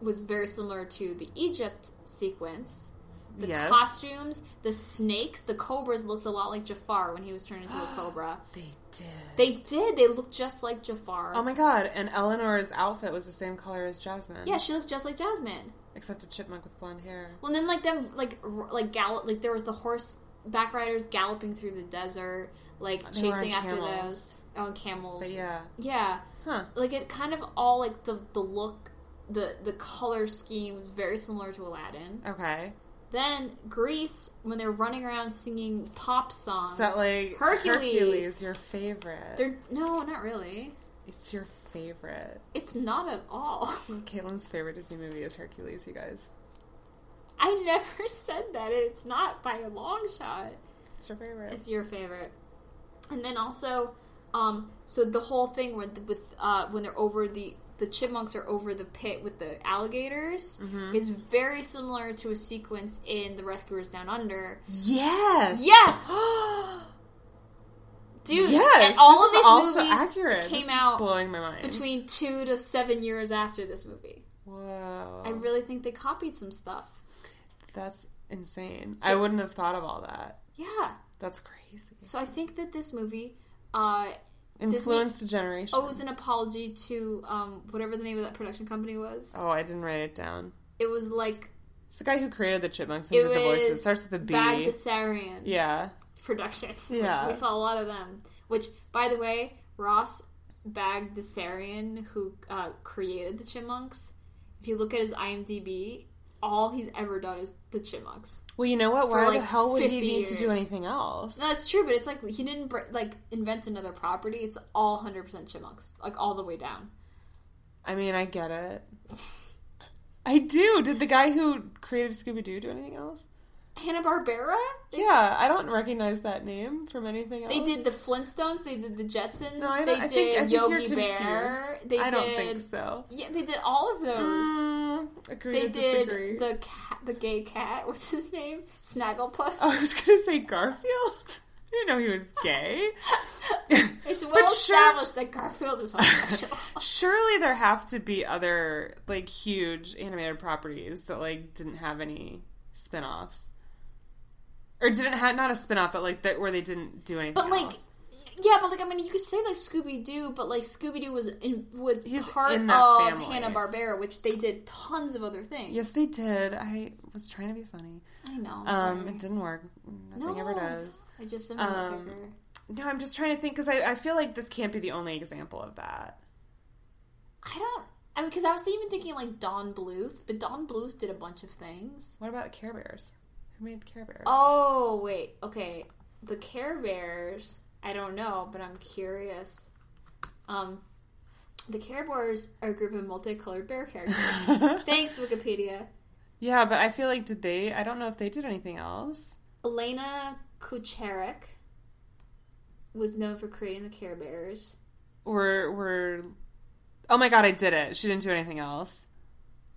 Speaker 1: was very similar to the Egypt sequence. The
Speaker 2: Yes.
Speaker 1: costumes, the snakes, the cobras looked a lot like Jafar when he was turned
Speaker 2: *gasps*
Speaker 1: into a cobra.
Speaker 2: They did.
Speaker 1: They did. They looked just like Jafar.
Speaker 2: Oh my god, and Eleanor's outfit was the same color as Jasmine.
Speaker 1: yeah, she looked just like Jasmine.
Speaker 2: Except a chipmunk with blonde hair.
Speaker 1: Well, then like them like r- like gallop like there was the horse back riders galloping through the desert, like
Speaker 2: They were on
Speaker 1: chasing after
Speaker 2: camels.
Speaker 1: those on camels.
Speaker 2: But yeah.
Speaker 1: yeah.
Speaker 2: Huh.
Speaker 1: like it kind of all like the the look the the color scheme was very similar to aladdin
Speaker 2: Okay.
Speaker 1: then greece when they're running around singing pop songs
Speaker 2: Is that like
Speaker 1: hercules,
Speaker 2: your favorite.
Speaker 1: they're no not really
Speaker 2: It's your favorite.
Speaker 1: it's not at all *laughs*
Speaker 2: Caitlin's favorite Disney movie is Hercules, you guys.
Speaker 1: i never *laughs* said that it's not by a long shot
Speaker 2: It's your favorite.
Speaker 1: it's your favorite and then also um so the whole thing with with uh when they're over the the chipmunks are over the pit with the alligators
Speaker 2: Mm-hmm.
Speaker 1: is very similar to a sequence in The Rescuers Down Under.
Speaker 2: Yes. *gasps*
Speaker 1: Yes, dude.
Speaker 2: yes.
Speaker 1: and all
Speaker 2: this
Speaker 1: of
Speaker 2: is
Speaker 1: these
Speaker 2: also
Speaker 1: movies
Speaker 2: accurate. This
Speaker 1: came
Speaker 2: is
Speaker 1: out
Speaker 2: blowing my mind.
Speaker 1: between two to seven years after this movie.
Speaker 2: Whoa.
Speaker 1: I really think they copied some stuff.
Speaker 2: That's insane. I wouldn't have thought of all that.
Speaker 1: Yeah.
Speaker 2: That's crazy.
Speaker 1: So I think that this movie uh,
Speaker 2: Influenced a generation.
Speaker 1: owes an apology to um, whatever the name of that production company was.
Speaker 2: Oh, I didn't write it down.
Speaker 1: It was like
Speaker 2: It's the guy who created the chipmunks and
Speaker 1: it
Speaker 2: did the
Speaker 1: was
Speaker 2: voices. Starts with a B.
Speaker 1: Bad Bessarian
Speaker 2: yeah.
Speaker 1: Productions. *laughs*
Speaker 2: Yeah.
Speaker 1: Which we saw a lot of them. Which, by the way, Ross Bagdasarian, who uh, created the Chipmunks, if you look at his IMDb, all he's ever done is the Chipmunks.
Speaker 2: Well, you know what?
Speaker 1: For,
Speaker 2: Why
Speaker 1: like,
Speaker 2: the hell would he
Speaker 1: 50
Speaker 2: need to do
Speaker 1: years.
Speaker 2: anything else?
Speaker 1: No, it's true, but it's like he didn't br- like invent another property. It's all hundred percent chipmunks, like all the way down.
Speaker 2: I mean, I
Speaker 1: *laughs*
Speaker 2: get it. I do. Did the guy who created Scooby Doo do anything else?
Speaker 1: Hanna Barbera.
Speaker 2: Yeah, I don't recognize that name from anything else.
Speaker 1: They did the Flintstones. They did the Jetsons.
Speaker 2: No, I
Speaker 1: they
Speaker 2: don't. I
Speaker 1: did
Speaker 2: think, I think
Speaker 1: Yogi
Speaker 2: you're
Speaker 1: Bear.
Speaker 2: confused.
Speaker 1: They
Speaker 2: I
Speaker 1: did.
Speaker 2: don't think so.
Speaker 1: Yeah, they did all of those.
Speaker 2: Mm, agree
Speaker 1: they
Speaker 2: to
Speaker 1: did
Speaker 2: disagree.
Speaker 1: the cat, the gay cat. *laughs* What's his name? Snagglepuss.
Speaker 2: Oh, *laughs* I was gonna say Garfield. *laughs* I didn't know he was gay.
Speaker 1: *laughs*
Speaker 2: *laughs*
Speaker 1: it's well
Speaker 2: but sure-
Speaker 1: established that Garfield is
Speaker 2: *laughs*
Speaker 1: homosexual.
Speaker 2: Surely there have to be other like huge animated properties that like didn't have any spin-offs. Or didn't have not a spin-off, but like that where they didn't do anything.
Speaker 1: but like.
Speaker 2: else.
Speaker 1: Yeah, but like I mean, you could say like Scooby Doo, but like Scooby Doo was in, was
Speaker 2: He's
Speaker 1: part
Speaker 2: in that
Speaker 1: of
Speaker 2: family.
Speaker 1: Hanna Barbera, which they did tons of other things.
Speaker 2: Yes, they did. I was trying to be funny.
Speaker 1: I know. I'm
Speaker 2: Um,
Speaker 1: sorry.
Speaker 2: it didn't work. Nothing ever does.
Speaker 1: I just am a
Speaker 2: Um,
Speaker 1: nitpicker.
Speaker 2: No, I'm just trying to think because I, I feel like this can't be the only example of that.
Speaker 1: I don't. I mean, because I was even thinking like Don Bluth, but Don Bluth did a bunch of things.
Speaker 2: What about Care Bears? Who made Care Bears?
Speaker 1: *laughs* Oh wait, okay. The Care Bears. I don't know, but I'm curious. Um, the Care Bears are a group of multicolored bear
Speaker 2: *laughs*
Speaker 1: characters. Thanks, Wikipedia.
Speaker 2: *laughs* yeah, but I feel like did they? I don't know if they did anything else.
Speaker 1: Elena Kucharik was known for creating the Care Bears.
Speaker 2: Or were? Oh my god, I did it. She didn't do anything else.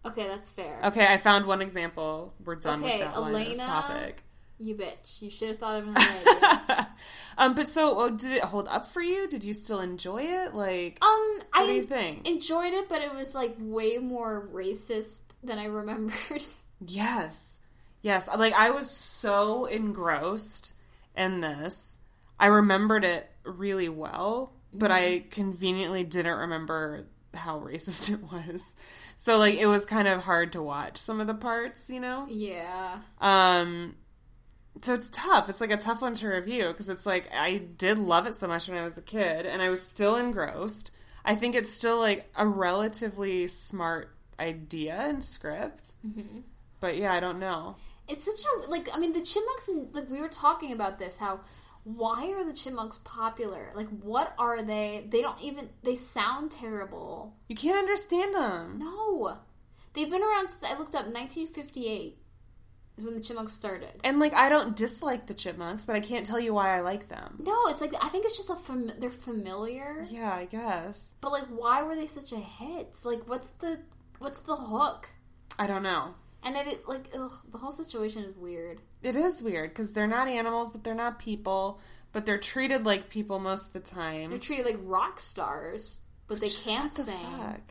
Speaker 1: Okay, that's fair.
Speaker 2: Okay, I found one example. We're done
Speaker 1: Okay,
Speaker 2: with that line of
Speaker 1: Elena.
Speaker 2: topic.
Speaker 1: You bitch. You should have thought of another idea.
Speaker 2: *laughs* um, but so oh, did it hold up for you? Did you still enjoy it? Like,
Speaker 1: Um, I
Speaker 2: what do you
Speaker 1: en-
Speaker 2: think?
Speaker 1: enjoyed it, but it was like way more racist than I remembered. *laughs*
Speaker 2: Yes. Yes. Like I was so engrossed in this. I remembered it really well, but I conveniently didn't remember how racist *laughs* it was. So like it was kind of hard to watch some of the parts, you know?
Speaker 1: yeah,
Speaker 2: Um so it's tough. It's like a tough one to review because it's like I did love it so much when I was a kid and I was still engrossed. I think it's still like a relatively smart idea and script. But yeah, I don't know.
Speaker 1: it's such a like. I mean, the chipmunks. And, like we were talking about this. How why are the chipmunks popular? Like, what are they? They don't even. They sound terrible.
Speaker 2: You can't understand them.
Speaker 1: No, they've been around since I looked up 1958 is when the chipmunks started.
Speaker 2: And like, I don't dislike the chipmunks, but I can't tell you why I like them.
Speaker 1: No, it's like I think it's just a fam- they're familiar.
Speaker 2: Yeah, I guess.
Speaker 1: But like, why were they such a hit? Like, what's the what's the hook?
Speaker 2: I don't know.
Speaker 1: And then it like ugh, the whole situation is weird.
Speaker 2: It is weird because they're not animals, but they're not people, but they're treated like people most of the time.
Speaker 1: They're treated like rock stars, but they can't
Speaker 2: What the
Speaker 1: sing.
Speaker 2: fuck?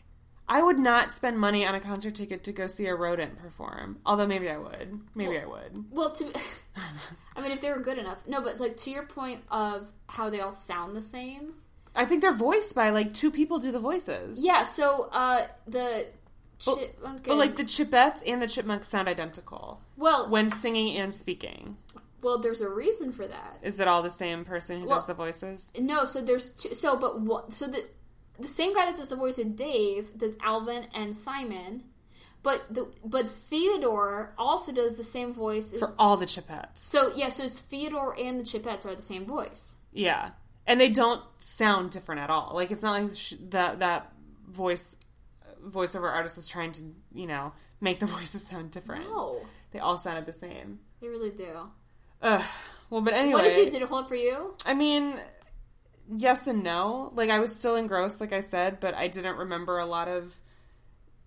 Speaker 2: I would not spend money on a concert ticket to go see a rodent perform. Although maybe I would. Maybe I would.
Speaker 1: Well, to *laughs* I mean, if they were good enough, no. But it's like to your point of how they all sound the same.
Speaker 2: I think they're voiced by like two people do the voices.
Speaker 1: Yeah. So uh, the chip,
Speaker 2: But like the chipettes and the chipmunks sound identical
Speaker 1: well,
Speaker 2: when singing and speaking.
Speaker 1: well, there's a reason for that.
Speaker 2: Is it all the same person who
Speaker 1: Well-
Speaker 2: does the voices?
Speaker 1: No. So there's two. So but what? So the the same guy that does the voice of Dave does Alvin and Simon. But the but Theodore also does the same voice as
Speaker 2: For all the chipettes.
Speaker 1: So yeah, so it's Theodore and the Chipettes are the same voice.
Speaker 2: Yeah, and they don't sound different at all. Like it's not like sh- that that voice voiceover artist is trying to you know make the *laughs* voices sound different.
Speaker 1: No,
Speaker 2: They all sounded the same.
Speaker 1: they really do.
Speaker 2: Ugh. Well, but anyway,
Speaker 1: What did you did it hold for you?
Speaker 2: I mean, yes and no. Like I was still engrossed, like I said, but I didn't remember a lot of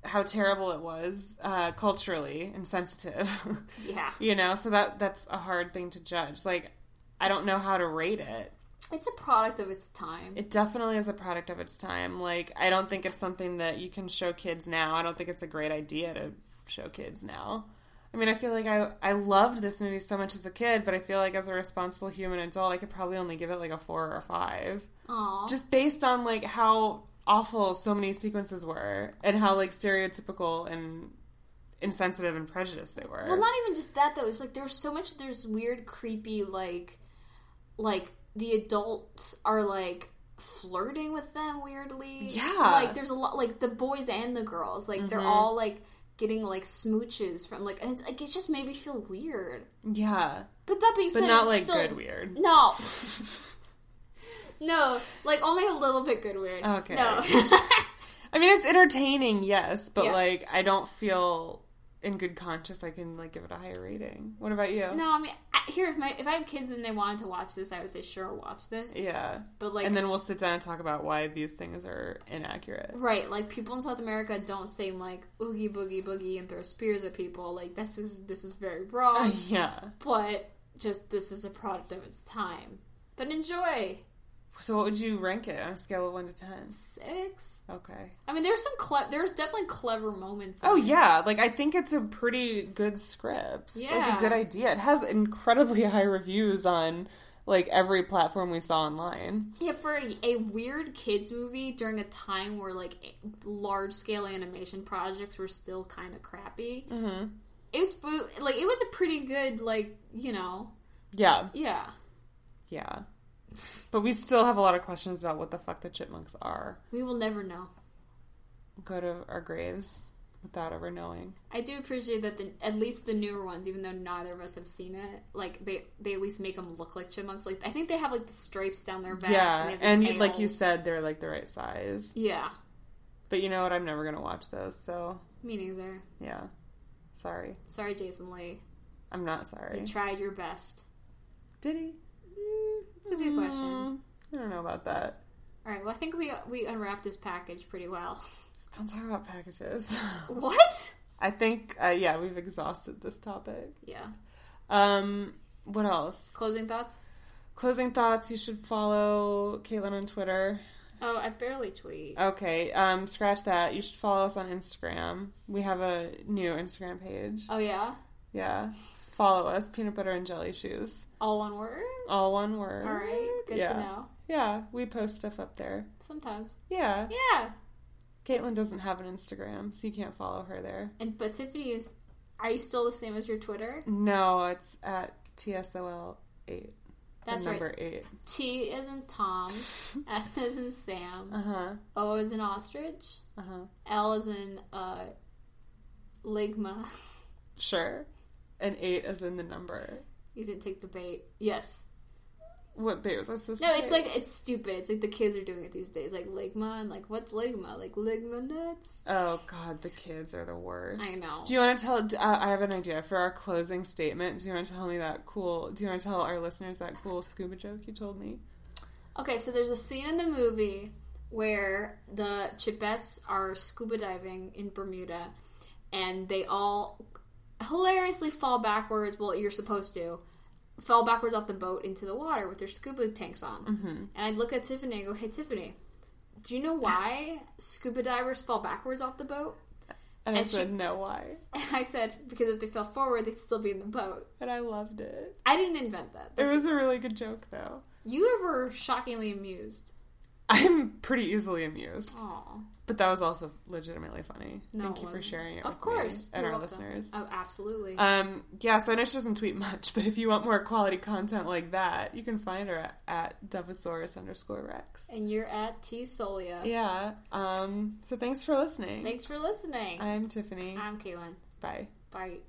Speaker 2: how terrible it was uh, culturally and sensitive. *laughs*
Speaker 1: Yeah.
Speaker 2: you know, so that that's a hard thing to judge. Like I don't know how to rate it.
Speaker 1: It's a product of its time.
Speaker 2: It definitely is a product of its time. Like I don't think it's something that you can show kids now. I don't think it's a great idea to show kids now. I mean, I feel like I I loved this movie so much as a kid, but I feel like as a responsible human adult, I could probably only give it like a 4 or a 5
Speaker 1: Aw.
Speaker 2: just based on like how awful so many sequences were and how like stereotypical and insensitive and prejudiced they were.
Speaker 1: Well, not even just that though. It's like there's so much. There's weird, creepy, like, like the adults are like flirting with them weirdly.
Speaker 2: Yeah. Mm-hmm.
Speaker 1: like there's a lot. Like the boys and the girls, like they're all like getting like smooches from like, and it's like it just made me feel weird.
Speaker 2: yeah,
Speaker 1: But that being
Speaker 2: but
Speaker 1: said,
Speaker 2: not
Speaker 1: it's
Speaker 2: like
Speaker 1: still,
Speaker 2: good weird.
Speaker 1: No. *laughs* No, like only a little bit good weird.
Speaker 2: Okay. *laughs*
Speaker 1: No.
Speaker 2: I mean, it's entertaining, yes, but
Speaker 1: Yeah.
Speaker 2: like I don't feel in good conscience I can like give it a higher rating. What about you?
Speaker 1: no, I mean, I, here if my if I had kids and they wanted to watch this, I would say sure, watch this.
Speaker 2: Yeah.
Speaker 1: But like
Speaker 2: and then we'll sit down and talk about why these things are inaccurate.
Speaker 1: Right, like people in South America don't sing like oogie boogie boogie and throw spears at people. Like this is this is very wrong,
Speaker 2: *laughs* yeah.
Speaker 1: *laughs* but just this is a product of its time. But enjoy
Speaker 2: So what would you rank it on a scale of 1 to 10?
Speaker 1: six.
Speaker 2: Okay.
Speaker 1: I mean, there's some cle- there's definitely clever moments. in
Speaker 2: Oh
Speaker 1: it.
Speaker 2: yeah, like I think it's a pretty good script. Like
Speaker 1: Yeah.
Speaker 2: a good idea. It has incredibly *laughs* high reviews on like every platform we saw online.
Speaker 1: yeah. For a, a weird kids movie during a time where like large scale animation projects were still kind of crappy,
Speaker 2: Mhm.
Speaker 1: it was bo- like it was a pretty good like you know
Speaker 2: Yeah,
Speaker 1: yeah.
Speaker 2: yeah. But we still have a lot of questions about what the fuck the chipmunks are.
Speaker 1: We will never know.
Speaker 2: Go to our graves without ever knowing.
Speaker 1: I do appreciate that the, at least the newer ones, even though neither of us have seen it, like they they at least make them look like chipmunks. Like I think they have like the stripes down their back.
Speaker 2: yeah,
Speaker 1: they have
Speaker 2: and
Speaker 1: the
Speaker 2: like you
Speaker 1: tails.
Speaker 2: said, they're like the right size.
Speaker 1: yeah,
Speaker 2: But you know what? I'm never gonna watch those. So
Speaker 1: me neither.
Speaker 2: yeah, sorry.
Speaker 1: Sorry, Jason Lee.
Speaker 2: I'm not sorry.
Speaker 1: You tried your best.
Speaker 2: Did he?
Speaker 1: Mm, it's a good question.
Speaker 2: Mm, I don't know about that.
Speaker 1: All right, well I think we we unwrapped this package pretty well. *laughs*
Speaker 2: Don't talk about packages. *laughs*
Speaker 1: what?
Speaker 2: I think, uh, yeah, we've exhausted this topic.
Speaker 1: Yeah.
Speaker 2: Um, what else?
Speaker 1: Closing thoughts.
Speaker 2: Closing thoughts. You should follow Caitlin on Twitter.
Speaker 1: Oh, I barely tweet.
Speaker 2: Okay, um, scratch that. You should follow us on Instagram. We have a new Instagram page.
Speaker 1: Oh yeah,
Speaker 2: Yeah, follow us. Peanut butter and jelly shoes.
Speaker 1: all one word.
Speaker 2: All one word.
Speaker 1: All right, good
Speaker 2: yeah.
Speaker 1: to know.
Speaker 2: Yeah, we post stuff up there.
Speaker 1: Sometimes.
Speaker 2: Yeah.
Speaker 1: Yeah.
Speaker 2: Caitlin doesn't have an Instagram, so you can't follow her there.
Speaker 1: And but Tiffany is. Are you still the same as your Twitter?
Speaker 2: No, it's at tsol eight.
Speaker 1: That's
Speaker 2: the
Speaker 1: right.
Speaker 2: number eight.
Speaker 1: T is in Tom, *laughs* S is in Sam,
Speaker 2: Uh huh.
Speaker 1: O is in ostrich,
Speaker 2: Uh huh.
Speaker 1: L is in uh, ligma. *laughs*
Speaker 2: Sure. And eight is in the number.
Speaker 1: You didn't take the bait. Yes.
Speaker 2: What date was I supposed
Speaker 1: No,
Speaker 2: to
Speaker 1: it's
Speaker 2: take?
Speaker 1: like it's stupid. It's like the kids are doing it these days, like ligma and like what's ligma? Like ligma nuts.
Speaker 2: Oh, God, the kids are the worst.
Speaker 1: I know.
Speaker 2: Do you want to tell... Uh, I have an idea for our closing statement. Do you want to tell me that cool... Do you want to tell our listeners that cool scuba joke you told me?
Speaker 1: Okay, so there's a scene in the movie where the Chibettes are scuba diving in Bermuda, and they all hilariously fall backwards. Well, you're supposed to fall backwards off the boat into the water with their scuba tanks on. Mm-hmm. And I look at Tiffany and go, "Hey, Tiffany, do you know why *laughs* scuba divers fall backwards off the boat?"
Speaker 2: And, I
Speaker 1: And she-
Speaker 2: said, no, why?
Speaker 1: And I said, "Because if they fell forward, they'd still be in the boat."
Speaker 2: And I loved it.
Speaker 1: I didn't invent that.
Speaker 2: It was a really good joke, though.
Speaker 1: You were shockingly amused.
Speaker 2: I'm pretty easily amused.
Speaker 1: Aw.
Speaker 2: But that was also legitimately funny.
Speaker 1: Oh. No,
Speaker 2: Thank you
Speaker 1: it
Speaker 2: for
Speaker 1: wasn't.
Speaker 2: sharing it
Speaker 1: Of
Speaker 2: with me
Speaker 1: course.
Speaker 2: and
Speaker 1: You're
Speaker 2: our
Speaker 1: welcome.
Speaker 2: listeners.
Speaker 1: Oh, absolutely.
Speaker 2: Um, yeah, so I know she doesn't tweet much, *laughs* but if you want more quality content like that, you can find her at, at Devosaurus underscore Rex.
Speaker 1: And you're at T Solia.
Speaker 2: Yeah. Um, so thanks for listening.
Speaker 1: Thanks for listening.
Speaker 2: I'm Tiffany.
Speaker 1: I'm Kaylin.
Speaker 2: Bye.
Speaker 1: Bye.